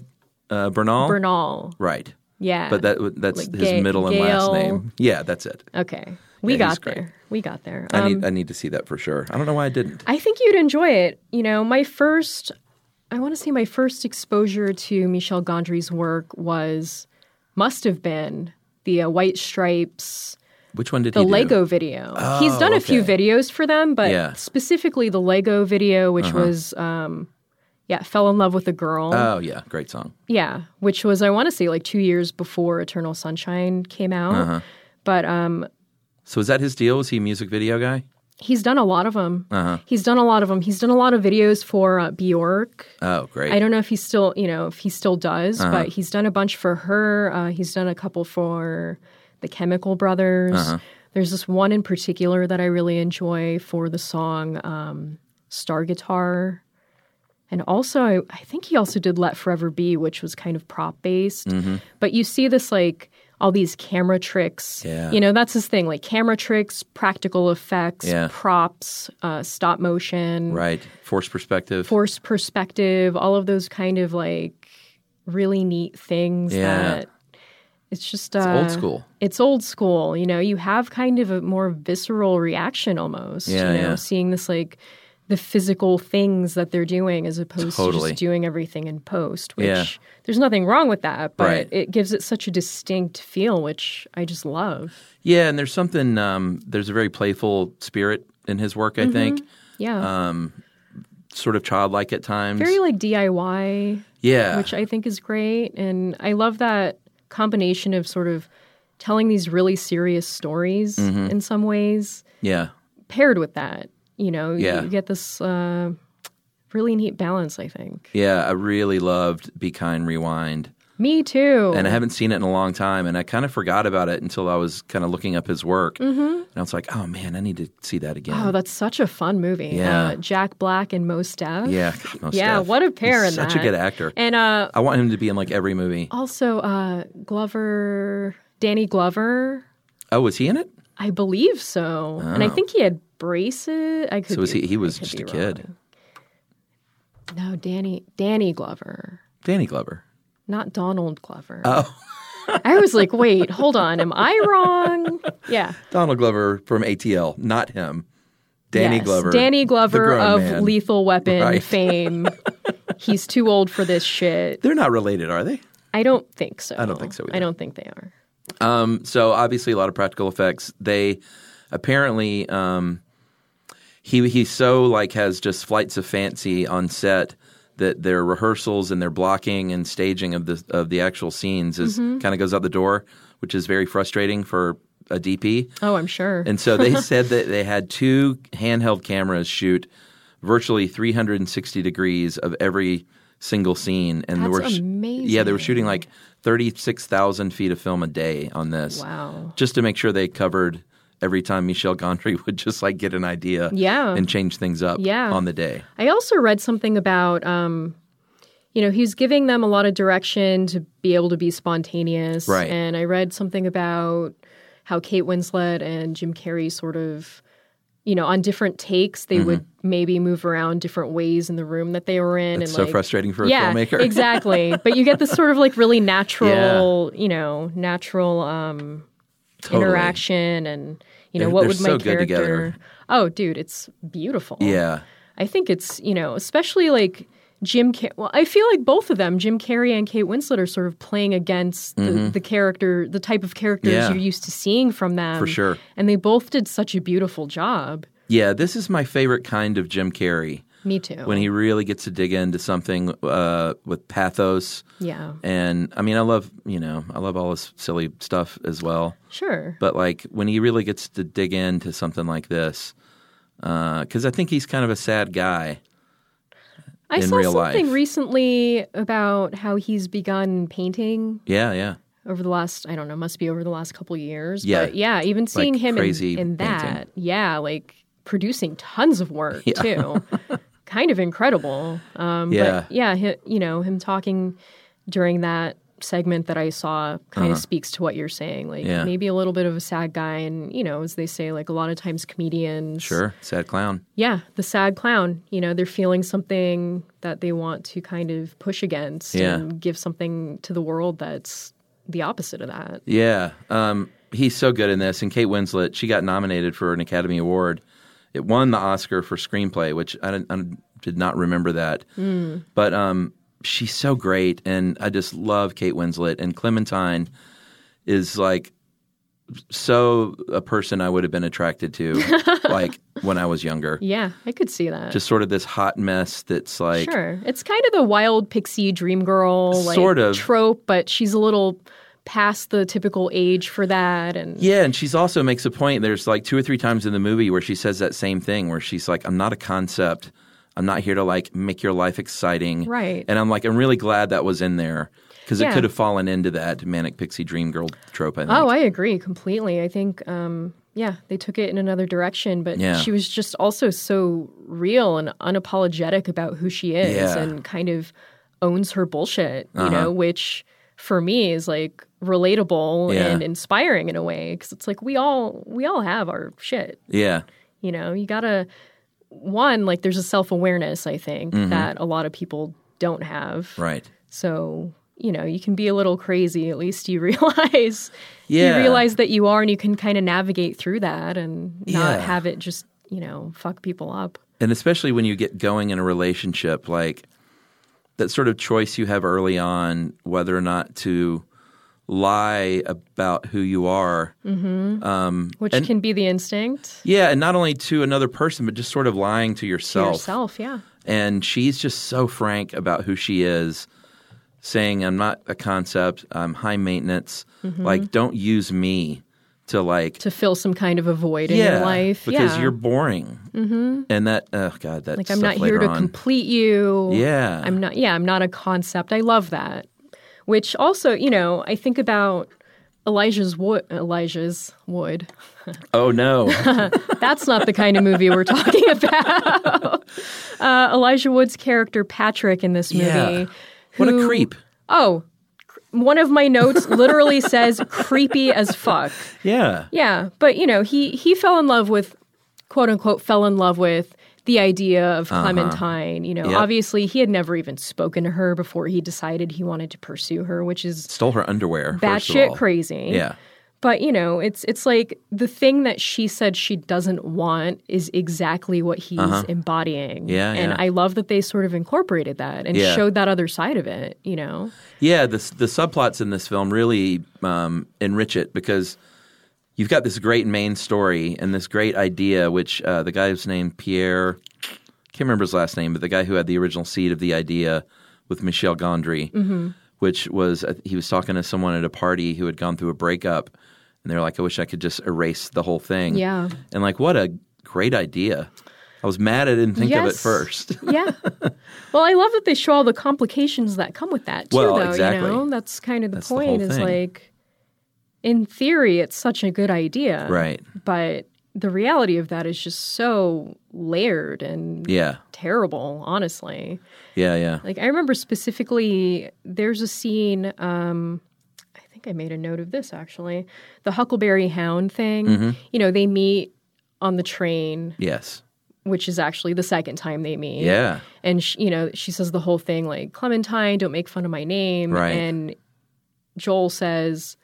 Speaker 3: uh, Bernal.
Speaker 4: Bernal.
Speaker 3: Right.
Speaker 4: Yeah.
Speaker 3: But that w- that's
Speaker 4: Like
Speaker 3: his
Speaker 4: Ga-
Speaker 3: middle and last
Speaker 4: Gail.
Speaker 3: name. Yeah, that's it.
Speaker 4: Okay. We
Speaker 3: Yeah, he's
Speaker 4: got
Speaker 3: great.
Speaker 4: there. We got there.
Speaker 3: I need I need to see that for sure. I don't know why I didn't.
Speaker 4: I think you'd enjoy it. You know, my first, I want to say my first exposure to Michel Gondry's work was, must have been the uh, White Stripes,
Speaker 3: Which one did
Speaker 4: the
Speaker 3: he do?
Speaker 4: Lego video. He's done a few videos for them, but
Speaker 3: Yeah. Uh-huh.
Speaker 4: specifically the Lego video, which was, um, yeah, fell in love with a girl.
Speaker 3: Oh yeah, great song.
Speaker 4: Yeah, which was I want to say like two years before Eternal Sunshine came out,
Speaker 3: Uh-huh.
Speaker 4: but um,
Speaker 3: So is that his deal? Was he a music video guy?
Speaker 4: he's done a lot of them.
Speaker 3: Uh-huh.
Speaker 4: He's done a lot of them. He's done a lot of videos for uh, Bjork.
Speaker 3: Oh great.
Speaker 4: I don't know if he's still, you know, if he still does,
Speaker 3: Uh-huh.
Speaker 4: but he's done a bunch for her. Uh, he's done a couple for the Chemical Brothers.
Speaker 3: Uh-huh.
Speaker 4: There's this one in particular that I really enjoy for the song um, Star Guitar. And also, I, I think he also did Let Forever Be, which was kind of prop based.
Speaker 3: Mm-hmm.
Speaker 4: But you see this like all these camera tricks.
Speaker 3: Yeah.
Speaker 4: You know, that's his thing like camera tricks, practical effects,
Speaker 3: Yeah.
Speaker 4: props, uh, stop motion
Speaker 3: Right. Forced perspective.
Speaker 4: force perspective, all of those kind of like really neat things
Speaker 3: Yeah.
Speaker 4: that it's just uh,
Speaker 3: old school.
Speaker 4: It's old school. You know, you have kind of a more visceral reaction almost.
Speaker 3: Yeah,
Speaker 4: you know,
Speaker 3: yeah.
Speaker 4: seeing this like the physical things that they're doing as opposed to
Speaker 3: Totally.
Speaker 4: just doing everything in post, which
Speaker 3: Yeah.
Speaker 4: there's nothing wrong with that, but
Speaker 3: Right.
Speaker 4: it gives it such a distinct feel, which I just love.
Speaker 3: Yeah, and there's something. Um, there's a very playful spirit in his work.
Speaker 4: Mm-hmm.
Speaker 3: I think,
Speaker 4: Yeah.
Speaker 3: Um, sort of childlike at times.
Speaker 4: Very like DIY.
Speaker 3: yeah.
Speaker 4: which I think is great. And I love that combination of sort of telling these really serious stories
Speaker 3: Mm-hmm.
Speaker 4: in some ways,
Speaker 3: yeah.
Speaker 4: paired with that. You know, you-
Speaker 3: Yeah.
Speaker 4: you, get this uh, really neat balance, I think.
Speaker 3: Yeah. I really loved Be Kind Rewind.
Speaker 4: Me too.
Speaker 3: And I haven't seen it in a long time, and I kind of forgot about it until I was kind of looking up his work, mm-hmm. and I was like, "Oh man, I need to see that again."
Speaker 4: Oh, that's such a fun movie.
Speaker 3: Yeah.
Speaker 4: Uh, Jack Black and Mos Def.
Speaker 3: yeah, God, most
Speaker 4: Yeah,
Speaker 3: Def.
Speaker 4: what a pair
Speaker 3: He's
Speaker 4: in
Speaker 3: such a
Speaker 4: that.
Speaker 3: good actor.
Speaker 4: And uh,
Speaker 3: I want him to be in like every movie.
Speaker 4: also uh, Glover, Danny Glover,
Speaker 3: Oh, was he in it?
Speaker 4: I believe so. And I think he had braces. I could
Speaker 3: Oh. So was
Speaker 4: be-
Speaker 3: he? He
Speaker 4: I
Speaker 3: was
Speaker 4: could
Speaker 3: just
Speaker 4: be
Speaker 3: a kid.
Speaker 4: wrong. No, Danny Danny Glover,
Speaker 3: Danny Glover.
Speaker 4: not Donald Glover. Oh. I was like, wait, hold on, am I wrong? Yeah.
Speaker 3: Donald Glover from ATL, not him. Danny
Speaker 4: Yes.
Speaker 3: Glover.
Speaker 4: Danny
Speaker 3: the
Speaker 4: Glover
Speaker 3: grown
Speaker 4: of
Speaker 3: man.
Speaker 4: Lethal Weapon
Speaker 3: Right.
Speaker 4: fame. He's too old for this shit.
Speaker 3: They're not related, are they?
Speaker 4: I don't think so. I
Speaker 3: don't think so either.
Speaker 4: I don't think they are.
Speaker 3: So obviously a lot of practical effects. They apparently um, he he so like has just flights of fancy on set that their rehearsals and their blocking and staging of the of the actual scenes is
Speaker 4: Mm-hmm.
Speaker 3: kind of goes out the door, which is very frustrating for a DP.
Speaker 4: Oh, I'm sure.
Speaker 3: And so they said that they had two handheld cameras shoot virtually 360 degrees of every single scene. And
Speaker 4: That's
Speaker 3: they were sh- Yeah, they were shooting
Speaker 4: amazing.
Speaker 3: like 36,000 feet of film a day on this.
Speaker 4: Wow.
Speaker 3: Just to make sure they covered every time Michel Gondry would just like get an idea
Speaker 4: Yeah.
Speaker 3: and change things up
Speaker 4: Yeah.
Speaker 3: on the day.
Speaker 4: I also read something about um, you know, he's giving them a lot of direction to be able to be spontaneous.
Speaker 3: Right.
Speaker 4: And I read something about how Kate Winslet and Jim Carrey sort of, you know, on different takes,
Speaker 3: Mm-hmm.
Speaker 4: they would maybe move around different ways in the room that they were in.
Speaker 3: It's
Speaker 4: and
Speaker 3: so
Speaker 4: like,
Speaker 3: frustrating for a
Speaker 4: yeah,
Speaker 3: filmmaker.
Speaker 4: exactly. But you get this sort of like really natural, you know, natural um,
Speaker 3: Totally.
Speaker 4: interaction and you know
Speaker 3: They're-
Speaker 4: what
Speaker 3: they're
Speaker 4: would my
Speaker 3: so good
Speaker 4: character
Speaker 3: together.
Speaker 4: oh dude it's beautiful
Speaker 3: Yeah.
Speaker 4: i think it's you know especially like jim Car- well i feel like both of them jim carrey and kate winslet are sort of playing against the, the character the type of characters
Speaker 3: Mm-hmm. Yeah.
Speaker 4: you're used to seeing from them
Speaker 3: For sure.
Speaker 4: and they both did such a beautiful job
Speaker 3: Yeah, this is my favorite kind of Jim Carrey
Speaker 4: me too
Speaker 3: when he really gets to dig into something uh, with pathos.
Speaker 4: yeah
Speaker 3: And I mean, I love, you know, I love all his silly stuff as well.
Speaker 4: sure
Speaker 3: But like when he really gets to dig into something like this, because I think he's kind of a sad guy.
Speaker 4: i
Speaker 3: in
Speaker 4: saw
Speaker 3: real life.
Speaker 4: something recently about how he's begun painting
Speaker 3: Yeah, yeah.
Speaker 4: over the last I don't know, must be over the last couple years.
Speaker 3: Yeah.
Speaker 4: But yeah, even seeing him
Speaker 3: crazy
Speaker 4: in, in that,
Speaker 3: painting.
Speaker 4: yeah, like producing tons of work too. kind of incredible. Um
Speaker 3: Yeah.
Speaker 4: but yeah, hi you know, him talking during that segment that I saw kind of speaks to what you're saying. Like
Speaker 3: Uh-huh. Yeah.
Speaker 4: maybe a little bit of a sad guy and, you know, as they say, like a lot of times comedians
Speaker 3: Sure. Sad clown.
Speaker 4: yeah, the sad clown. You know, they're feeling something that they want to kind of push against
Speaker 3: Yeah.
Speaker 4: and give something to the world that's the opposite of that.
Speaker 3: Yeah. Um, he's so good in this. And Kate Winslet, she got nominated for an Academy Award. It won the Oscar for screenplay, which I, didn't- I did not remember that.
Speaker 4: Hmm.
Speaker 3: But um, she's so great. And I just love Kate Winslet. And Clementine is like so a person I would have been attracted to like when I was younger.
Speaker 4: Yeah, I could see that.
Speaker 3: Just sort of this hot mess that's like
Speaker 4: sure. It's kind of the wild pixie dream girl like,
Speaker 3: Sort of.
Speaker 4: trope, but she's a little past the typical age for that and
Speaker 3: Yeah, and she's also makes a point. There's like two or three times in the movie where she says that same thing, where she's like, "I'm not a concept. I'm not here to like make your life exciting."
Speaker 4: Right.
Speaker 3: And I'm like, I'm really glad that was in there because it
Speaker 4: Yeah.
Speaker 3: could have fallen into that manic pixie dream girl trope. I think.
Speaker 4: Oh, I agree completely. I think, um, yeah, they took it in another direction, but
Speaker 3: Yeah.
Speaker 4: she was just also so real and unapologetic about who she is
Speaker 3: Yeah. Uh-huh.
Speaker 4: and kind of owns her bullshit, you know, which for me is like relatable
Speaker 3: Yeah.
Speaker 4: and inspiring in a way because it's like we all we all have our shit,
Speaker 3: yeah,
Speaker 4: you know. You gotta one like there's a self awareness I think that a lot of people don't have,
Speaker 3: Mm-hmm. right.
Speaker 4: so, you know, you can be a little crazy. At least you realize
Speaker 3: Yeah.
Speaker 4: you realize that you are and you can kind of navigate through that and not
Speaker 3: Yeah.
Speaker 4: have it just, you know, fuck people up.
Speaker 3: And especially when you get going in a relationship, like that sort of choice you have early on, whether or not to lie about who you are.
Speaker 4: Mm. Which
Speaker 3: And-
Speaker 4: can be the instinct.
Speaker 3: Yeah, and not only to another person, but just sort of lying to
Speaker 4: to
Speaker 3: yourself.
Speaker 4: Yourself, yeah.
Speaker 3: and she's just so frank about who she is saying i'm not a concept i'm high maintenance like don't use me to like
Speaker 4: Mm-hmm. To fill some kind of a void in
Speaker 3: yeah
Speaker 4: your life.
Speaker 3: because
Speaker 4: yeah.
Speaker 3: you're boring mm-hmm. and that oh god that
Speaker 4: like
Speaker 3: stuff
Speaker 4: I'm not here
Speaker 3: later
Speaker 4: to
Speaker 3: on.
Speaker 4: complete you.
Speaker 3: yeah
Speaker 4: I'm not yeah, I'm not a concept. I love that. Which also, you know, I think about Elijah's Wood Elijah's Wood.
Speaker 3: oh no
Speaker 4: That's not the kind of movie we're talking about. Uh, Elijah Wood's character Patrick in this movie.
Speaker 3: Yeah. what a
Speaker 4: who-
Speaker 3: creep
Speaker 4: Oh, cr- one of my notes literally says creepy as fuck.
Speaker 3: yeah
Speaker 4: Yeah, but you know, he he fell in love with quote unquote fell in love with the idea of Clementine, you know.
Speaker 3: Uh-huh. Yep.
Speaker 4: Obviously, he had never even spoken to her before he decided he wanted to pursue her, which is
Speaker 3: stole her underwear first of all.
Speaker 4: batshit crazy.
Speaker 3: yeah
Speaker 4: But you know, it's it's like the thing that she said she doesn't want is exactly what he's embodying.
Speaker 3: Uh-huh. Yeah,
Speaker 4: and
Speaker 3: yeah.
Speaker 4: I love that they sort of incorporated that and
Speaker 3: Yeah.
Speaker 4: showed that other side of it. You know,
Speaker 3: Yeah, the the subplots in this film really um, enrich it because you've got this great main story and this great idea, which uh, the guy who's named Pierre, can't remember his last name, but the guy who had the original seed of the idea with Michel Gondry,
Speaker 4: Mm-hmm.
Speaker 3: which was uh, he was talking to someone at a party who had gone through a breakup, and they're like, "I wish I could just erase the whole thing."
Speaker 4: Yeah.
Speaker 3: and like, what a great idea! I was mad I didn't think of it
Speaker 4: Yes.
Speaker 3: first.
Speaker 4: yeah. well, I love that they show all the complications that come with that too.
Speaker 3: Well,
Speaker 4: though
Speaker 3: exactly.
Speaker 4: you know, that's kind of the
Speaker 3: That's the whole
Speaker 4: point. is
Speaker 3: thing.
Speaker 4: like, in theory, it's such a good idea,
Speaker 3: Right.
Speaker 4: But the reality of that is just so layered and
Speaker 3: Yeah.
Speaker 4: terrible, honestly.
Speaker 3: Yeah, yeah.
Speaker 4: Like I remember specifically, there's a scene. Um, I think I made a note of this actually. The Huckleberry Hound thing.
Speaker 3: Mm-hmm.
Speaker 4: You know, they meet on the train,
Speaker 3: Yes.
Speaker 4: which is actually the second time they meet.
Speaker 3: Yeah.
Speaker 4: And she, you know, she says the whole thing like Clementine, don't make fun of my name.
Speaker 3: Right.
Speaker 4: And Joel says.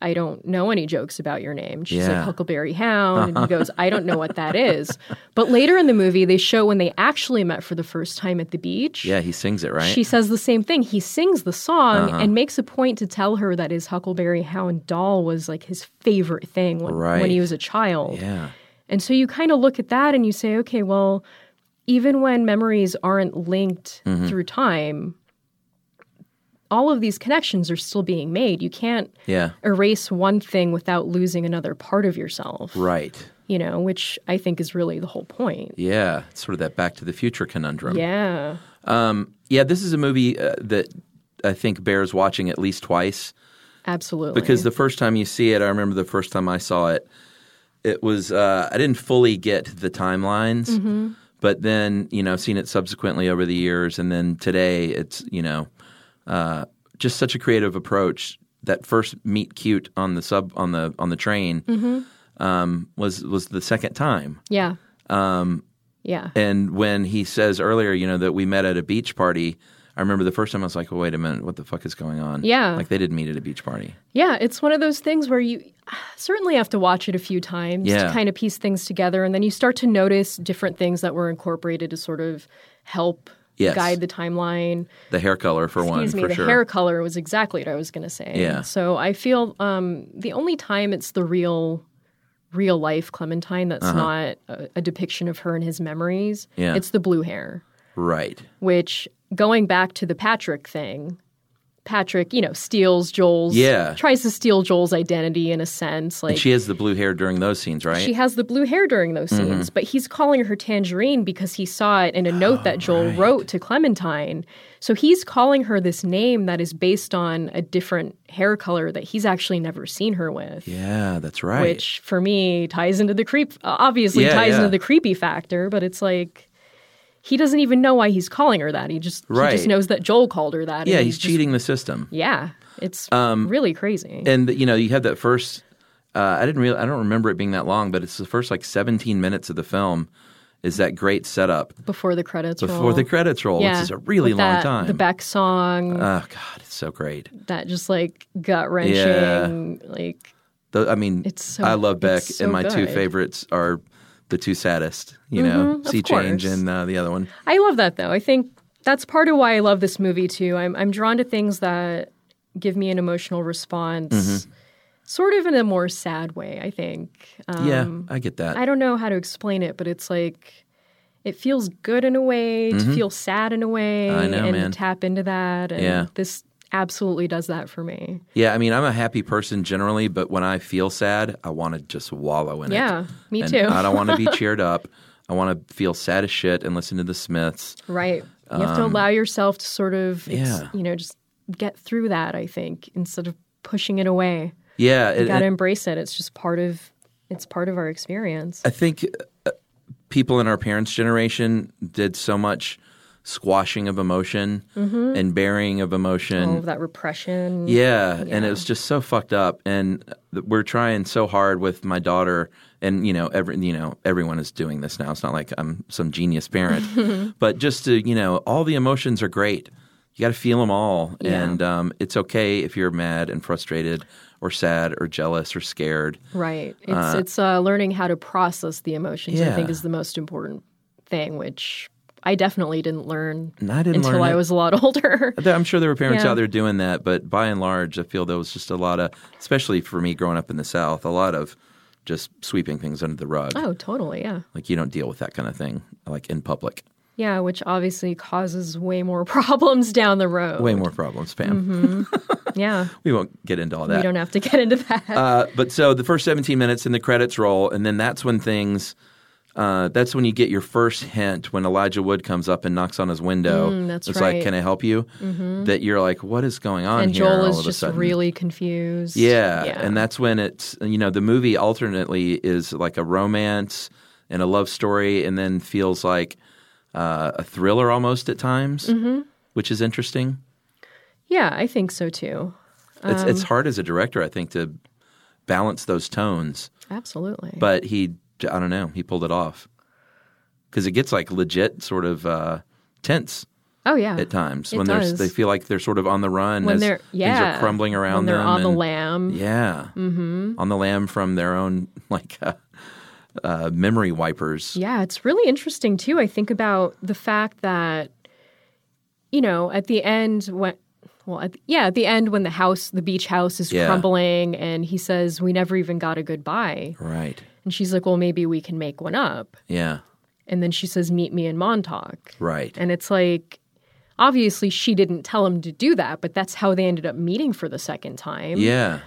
Speaker 4: I don't know any jokes about your name. She's
Speaker 3: Yeah.
Speaker 4: like Huckleberry Hound. And he goes, I don't know what that is. But later in the movie, they show when they actually met for the first time at the beach.
Speaker 3: Yeah, he sings it, right? Uh-huh.
Speaker 4: She says the same thing. He sings the song and makes a point to tell her that his Huckleberry Hound doll was like his favorite thing when, when
Speaker 3: Right.
Speaker 4: he was a child.
Speaker 3: yeah.
Speaker 4: And so you kind of look at that and you say, okay, well, even when memories aren't linked
Speaker 3: Mm-hmm.
Speaker 4: through time, all of these connections are still being made. You can't
Speaker 3: Yeah.
Speaker 4: erase one thing without losing another part of yourself,
Speaker 3: Right.
Speaker 4: you know, which I think is really the whole point.
Speaker 3: Yeah. It's sort of that back to the future conundrum.
Speaker 4: Yeah.
Speaker 3: Yeah, this is a movie uh, that I think bears watching at least twice
Speaker 4: Absolutely.
Speaker 3: because the first time you see it, I remember the first time I saw it, it was uh, I didn't fully get the timelines, but then you know, seen it subsequently over the years, and then today, it's you know, uh, just such a creative approach. That first meet cute on the sub on the on the train um, was was the second time.
Speaker 4: yeah. Um, yeah.
Speaker 3: And when he says earlier, you know, that we met at a beach party, I remember the first time I was like, oh, wait a minute, what the fuck is going on?
Speaker 4: Yeah.
Speaker 3: Like they didn't meet at a beach party.
Speaker 4: Yeah, it's one of those things where you certainly have to watch it a few times
Speaker 3: Yeah.
Speaker 4: to kind of piece things together. And then you start to notice different things that were incorporated to sort of help
Speaker 3: Yes.
Speaker 4: guide the timeline.
Speaker 3: The hair color, for one,
Speaker 4: Excuse me,
Speaker 3: for
Speaker 4: the
Speaker 3: sure.
Speaker 4: hair color was exactly what I was going to say.
Speaker 3: Yeah.
Speaker 4: So I feel um, the only time it's the real, real life Clementine that's not a, a depiction of her and his memories,
Speaker 3: Uh-huh. Yeah.
Speaker 4: it's the blue hair
Speaker 3: Right.
Speaker 4: which going back to the Patrick thing, Patrick, you know, steals Joel's
Speaker 3: Yeah.
Speaker 4: tries to steal Joel's identity in a sense. Like
Speaker 3: And she has the blue hair during those scenes, right? Mm-hmm.
Speaker 4: she has the blue hair during those scenes, but he's calling her Tangerine because he saw it in
Speaker 3: Oh,
Speaker 4: a note that Joel wrote to Clementine. So he's calling her this name that is based on a different hair color that he's actually never seen her with.
Speaker 3: yeah, that's right.
Speaker 4: Which for me ties into the creep, obviously
Speaker 3: Yeah,
Speaker 4: ties
Speaker 3: yeah.
Speaker 4: into the creepy factor, but it's like he doesn't even know why he's calling her that. He just he
Speaker 3: Right.
Speaker 4: just knows that Joel called her that. and
Speaker 3: yeah, he's
Speaker 4: just-
Speaker 3: cheating the system.
Speaker 4: Yeah, it's really crazy.
Speaker 3: And, you know, you have that first. Uh, I didn't really, I don't remember it being that long, but it's the first like 17 minutes of the film is that great setup
Speaker 4: before the credits roll.
Speaker 3: before the credits roll,
Speaker 4: yeah,
Speaker 3: which is a really
Speaker 4: with
Speaker 3: long
Speaker 4: that-
Speaker 3: time.
Speaker 4: The Beck song,
Speaker 3: oh, God, it's so great.
Speaker 4: that just like gut wrenching, like
Speaker 3: The, I mean,
Speaker 4: It's so-
Speaker 3: I love Beck,
Speaker 4: it's so
Speaker 3: and my two
Speaker 4: good. Mm-hmm,
Speaker 3: favorites are the two saddest. You know, Sea Change
Speaker 4: course.
Speaker 3: and uh, the other one.
Speaker 4: I love that though. I think that's part of why I love this movie too. I'm I'm drawn to things that give me an emotional response,
Speaker 3: Mm-hmm.
Speaker 4: sort of in a more sad way. I think. Um,
Speaker 3: yeah, I get that.
Speaker 4: I don't know how to explain it, but it's like it feels good in a way, to feel sad in a way,
Speaker 3: Mm-hmm. I know,
Speaker 4: and
Speaker 3: man.
Speaker 4: to tap into that. And
Speaker 3: Yeah.
Speaker 4: this absolutely does that for me.
Speaker 3: yeah, I mean, I'm a happy person generally, but when I feel sad, I want to just wallow in it.
Speaker 4: Yeah, me
Speaker 3: And
Speaker 4: too.
Speaker 3: I don't want to be cheered up. I want to feel sad as shit and listen to the Smiths.
Speaker 4: Right. You have to allow yourself to sort of, ex-
Speaker 3: Um, yeah.
Speaker 4: you know, just get through that, I think, instead of pushing it away.
Speaker 3: Yeah,
Speaker 4: You
Speaker 3: it-
Speaker 4: got to
Speaker 3: it-
Speaker 4: embrace it. It's just part of it's part of our experience.
Speaker 3: I think uh, people in our parents' generation did so much squashing of emotion
Speaker 4: Mm-hmm.
Speaker 3: and burying of emotion.
Speaker 4: All of that repression.
Speaker 3: Yeah, and it was just so fucked up. And th- we're trying so hard with my daughter, and you know, every you know, everyone is doing this now. It's not like I'm some genius parent, but just to you know, all the emotions are great. You got to feel them all, and um, it's okay if you're mad and frustrated, or sad, or jealous, or scared.
Speaker 4: Right. It's it's uh, learning how to process the emotions. I think
Speaker 3: yeah.
Speaker 4: is the most important thing, which I definitely didn't learn
Speaker 3: And I didn't
Speaker 4: until
Speaker 3: learn
Speaker 4: I
Speaker 3: it.
Speaker 4: was a lot older.
Speaker 3: There- I'm sure there were parents
Speaker 4: Yeah.
Speaker 3: out there doing that, but by and large, I feel there was just a lot of, especially for me growing up in the South, a lot of just sweeping things under the rug.
Speaker 4: oh, totally. Yeah.
Speaker 3: Like you don't deal with that kind of thing, like in public.
Speaker 4: Yeah, which obviously causes way more problems down the road.
Speaker 3: Way more problems, Pam.
Speaker 4: Yeah.
Speaker 3: We won't get into all
Speaker 4: Mm-hmm. We
Speaker 3: that.
Speaker 4: don't have to get into that.
Speaker 3: Uh, but so the first 17 minutes and the credits roll, and then that's when things uh, that's when you get your first hint when Elijah Wood comes up and knocks on his window.
Speaker 4: Mm, that's
Speaker 3: it's like,
Speaker 4: right. Mm-hmm.
Speaker 3: "Can I help you?" That you're like, "What is going on
Speaker 4: and
Speaker 3: here?"
Speaker 4: Joel
Speaker 3: all
Speaker 4: is
Speaker 3: of a
Speaker 4: just
Speaker 3: sudden?
Speaker 4: really confused.
Speaker 3: Yeah, and that's when it's you know the movie alternately is like a romance and a love story, and then feels like uh, a thriller almost at times,
Speaker 4: Mm-hmm.
Speaker 3: which is interesting.
Speaker 4: yeah, I think so too.
Speaker 3: it's
Speaker 4: Um,
Speaker 3: it's hard as a director, I think, to balance those tones,
Speaker 4: Absolutely.
Speaker 3: but he I don't know he pulled it off because it gets like legit sort of uh, tense
Speaker 4: oh yeah,
Speaker 3: at times
Speaker 4: It
Speaker 3: when they're
Speaker 4: does.
Speaker 3: they feel like they're sort of on the run
Speaker 4: when
Speaker 3: as
Speaker 4: they're
Speaker 3: things
Speaker 4: yeah
Speaker 3: are crumbling around
Speaker 4: when they're
Speaker 3: them
Speaker 4: on the
Speaker 3: and-
Speaker 4: lamb.
Speaker 3: Yeah. Mm-hmm. On the lam from their own like uh, uh, memory wipers.
Speaker 4: Yeah, it's really interesting too. I think about the fact that, you know, at the end when, well, at, yeah, at the end when the house, the beach house is
Speaker 3: Yeah.
Speaker 4: crumbling, and he says, "We never even got a goodbye,"
Speaker 3: Right.
Speaker 4: and she's like, "Well, maybe we can make one up,"
Speaker 3: Yeah.
Speaker 4: and then she says, "Meet me in Montauk,"
Speaker 3: Right.
Speaker 4: and it's like. Obviously, she didn't tell him to do that, but that's how they ended up meeting for the second time.
Speaker 3: yeah.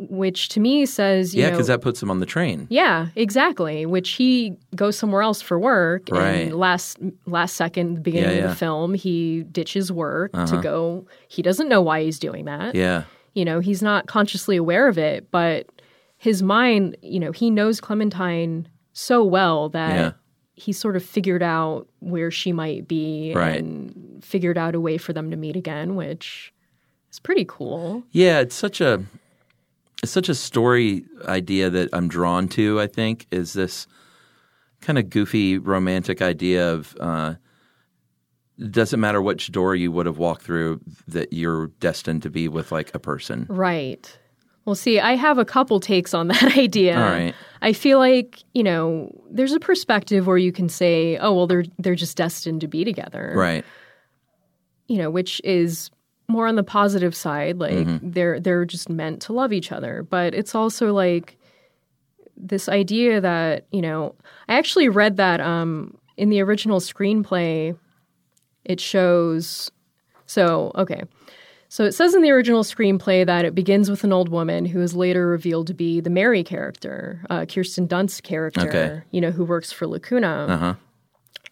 Speaker 4: Which to me says, you
Speaker 3: Yeah,
Speaker 4: know,
Speaker 3: because that puts them on the train.
Speaker 4: yeah, exactly. Which he goes somewhere else for work,
Speaker 3: Right.
Speaker 4: and last last second, the beginning
Speaker 3: Yeah,
Speaker 4: of
Speaker 3: yeah. Uh-huh.
Speaker 4: the film, he ditches work to go. He doesn't know why he's doing that.
Speaker 3: Yeah.
Speaker 4: You know, he's not consciously aware of it, but his mind, you know, he knows Clementine so well that
Speaker 3: Yeah.
Speaker 4: he sort of figured out where she might be
Speaker 3: Right.
Speaker 4: and figured out a way for them to meet again, which is pretty cool.
Speaker 3: Yeah, it's such a it's such a story idea that I'm drawn to. I think is this kind of goofy romantic idea of uh, it doesn't matter which door you would have walked through that you're destined to be with like a person.
Speaker 4: Right. Well, see, I have a couple takes on that idea.
Speaker 3: All right.
Speaker 4: I feel like, you know, there's a perspective where you can say, oh, well, they're they're just destined to be together.
Speaker 3: Right.
Speaker 4: You know, which is more on the positive side, like they're they're just meant to love each other. But it's also like this idea that, you know, I actually read that um in the original screenplay it shows so, okay. So it says in the original screenplay that it begins with an old woman who is later revealed to be the Mary character, uh, Kirsten Dunst's character,
Speaker 3: Okay.
Speaker 4: you know, who works for Lacuna.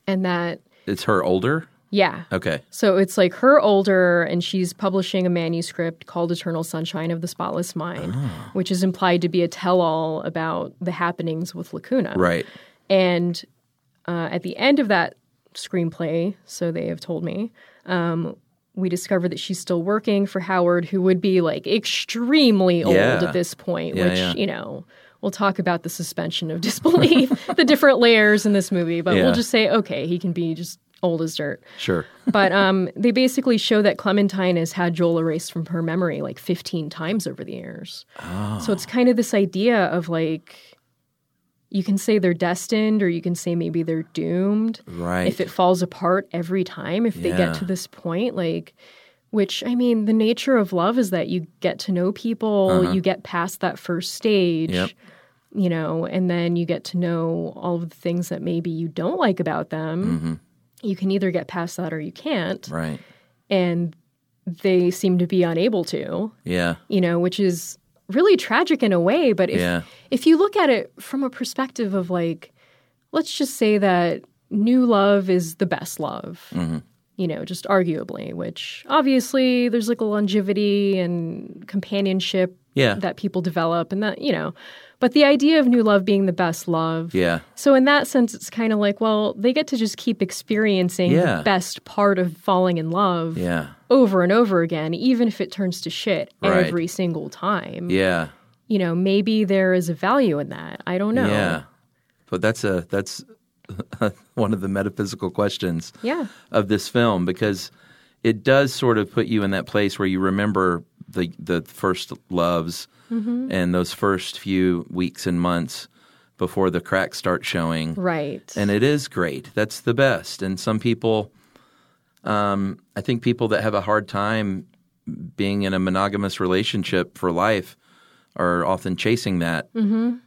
Speaker 4: And that,
Speaker 3: It's her older.
Speaker 4: yeah.
Speaker 3: Okay.
Speaker 4: So it's like her older, and she's publishing a manuscript called Eternal Sunshine of the Spotless Mind,
Speaker 3: Ah.
Speaker 4: which is implied to be a tell all about the happenings with Lacuna.
Speaker 3: Right.
Speaker 4: And uh, at the end of that screenplay, so they have told me, um, we discover that she's still working for Howard, who would be like extremely old
Speaker 3: Yeah.
Speaker 4: at this point,
Speaker 3: Yeah,
Speaker 4: which,
Speaker 3: yeah.
Speaker 4: you know, we'll talk about the suspension of disbelief, the different layers in this movie, but
Speaker 3: Yeah.
Speaker 4: we'll just say, okay, he can be just old as dirt.
Speaker 3: Sure.
Speaker 4: But um, they basically show that Clementine has had Joel erased from her memory like 15 times over the years. So it's kind of this idea of like, you can say they're destined, or you can say maybe they're doomed.
Speaker 3: Right.
Speaker 4: If it falls apart every time, if they
Speaker 3: Yeah.
Speaker 4: get to this point, like, which I mean, the nature of love is that you get to know people, you get past that first stage.
Speaker 3: Uh-huh. Yep.
Speaker 4: You know, and then you get to know all of the things that maybe you don't like about them you can either get past that or you can't
Speaker 3: Mm-hmm. Right.
Speaker 4: and they seem to be unable to
Speaker 3: Yeah.
Speaker 4: you know which is really tragic in a way but if
Speaker 3: Yeah.
Speaker 4: if you look at it from a perspective of like let's just say that new love is the best love
Speaker 3: Mm-hmm.
Speaker 4: you know just arguably which obviously there's like a longevity and companionship
Speaker 3: Yeah.
Speaker 4: that people develop and that you know but the idea of new love being the best love
Speaker 3: Yeah.
Speaker 4: so in that sense, it's kind of like, well, they get to just keep experiencing
Speaker 3: Yeah.
Speaker 4: the best part of falling in love
Speaker 3: Yeah.
Speaker 4: over and over again, even if it turns to shit
Speaker 3: Right.
Speaker 4: every single time.
Speaker 3: Yeah.
Speaker 4: You know, maybe there is a value in that. I don't know.
Speaker 3: Yeah. But that's a that's one of the metaphysical questions
Speaker 4: Yeah.
Speaker 3: of this film because it does sort of put you in that place where you remember the the first loves and those first few weeks and months before the cracks start showing.
Speaker 4: Right.
Speaker 3: And it is great. That's the best. And some people, um, I think people that have a hard time being in a monogamous relationship for life are often chasing that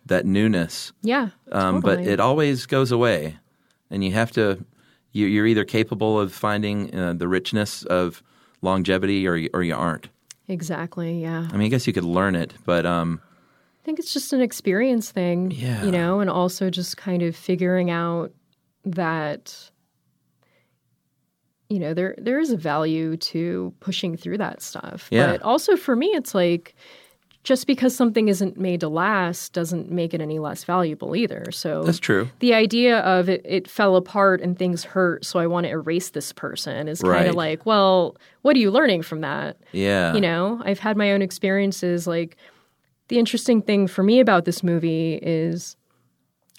Speaker 3: that newness.
Speaker 4: yeah.
Speaker 3: Um, But
Speaker 4: totally.
Speaker 3: it always goes away, and you have to. You, you're either capable of finding uh, the richness of longevity, or you- or you aren't.
Speaker 4: exactly. Yeah.
Speaker 3: I mean, I guess you could learn it, but um,
Speaker 4: think it's just an experience thing,
Speaker 3: Yeah.
Speaker 4: you know, and also just kind of figuring out that you know there there is a value to pushing through that stuff.
Speaker 3: Yeah.
Speaker 4: But also for me it's like just because something isn't made to last doesn't make it any less valuable either. So
Speaker 3: That's true.
Speaker 4: the idea of it, it fell apart and things hurt, so I want to erase this person is kind
Speaker 3: Right.
Speaker 4: of like, well, what are you learning from that?
Speaker 3: Yeah.
Speaker 4: You know, I've had my own experiences. Like, the interesting thing for me about this movie is,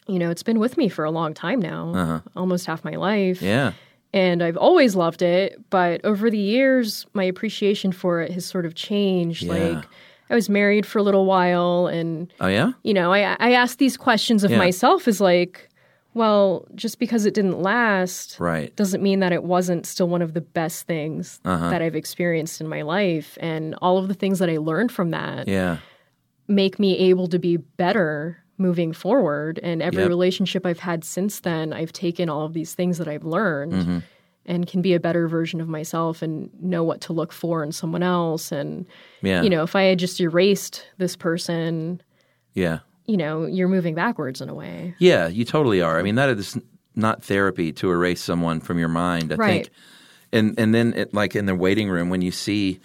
Speaker 4: you know, it's been with me for a long time now, almost half my life.
Speaker 3: Uh-huh. Yeah.
Speaker 4: And I've always loved it. But over the years, my appreciation for it has sort of changed. Like, I was married for a little while and
Speaker 3: Oh yeah.
Speaker 4: you know, I, I ask these questions of
Speaker 3: Yeah.
Speaker 4: myself is like, well, just because it didn't last
Speaker 3: Right.
Speaker 4: doesn't mean that it wasn't still one of the best things
Speaker 3: Uh-huh.
Speaker 4: that I've experienced in my life. And all of the things that I learned from that
Speaker 3: Yeah.
Speaker 4: make me able to be better moving forward. And every
Speaker 3: Yep.
Speaker 4: relationship I've had since then, I've taken all of these things that I've learned
Speaker 3: Mm-hmm.
Speaker 4: and can be a better version of myself and know what to look for in someone else. And,
Speaker 3: Yeah.
Speaker 4: you know, if I had just erased this person
Speaker 3: Yeah.
Speaker 4: you know, you're moving backwards in a way.
Speaker 3: Yeah, you totally are. I mean, that is not therapy to erase someone from your mind. I
Speaker 4: Right.
Speaker 3: think, and and then it, like in the waiting room when you see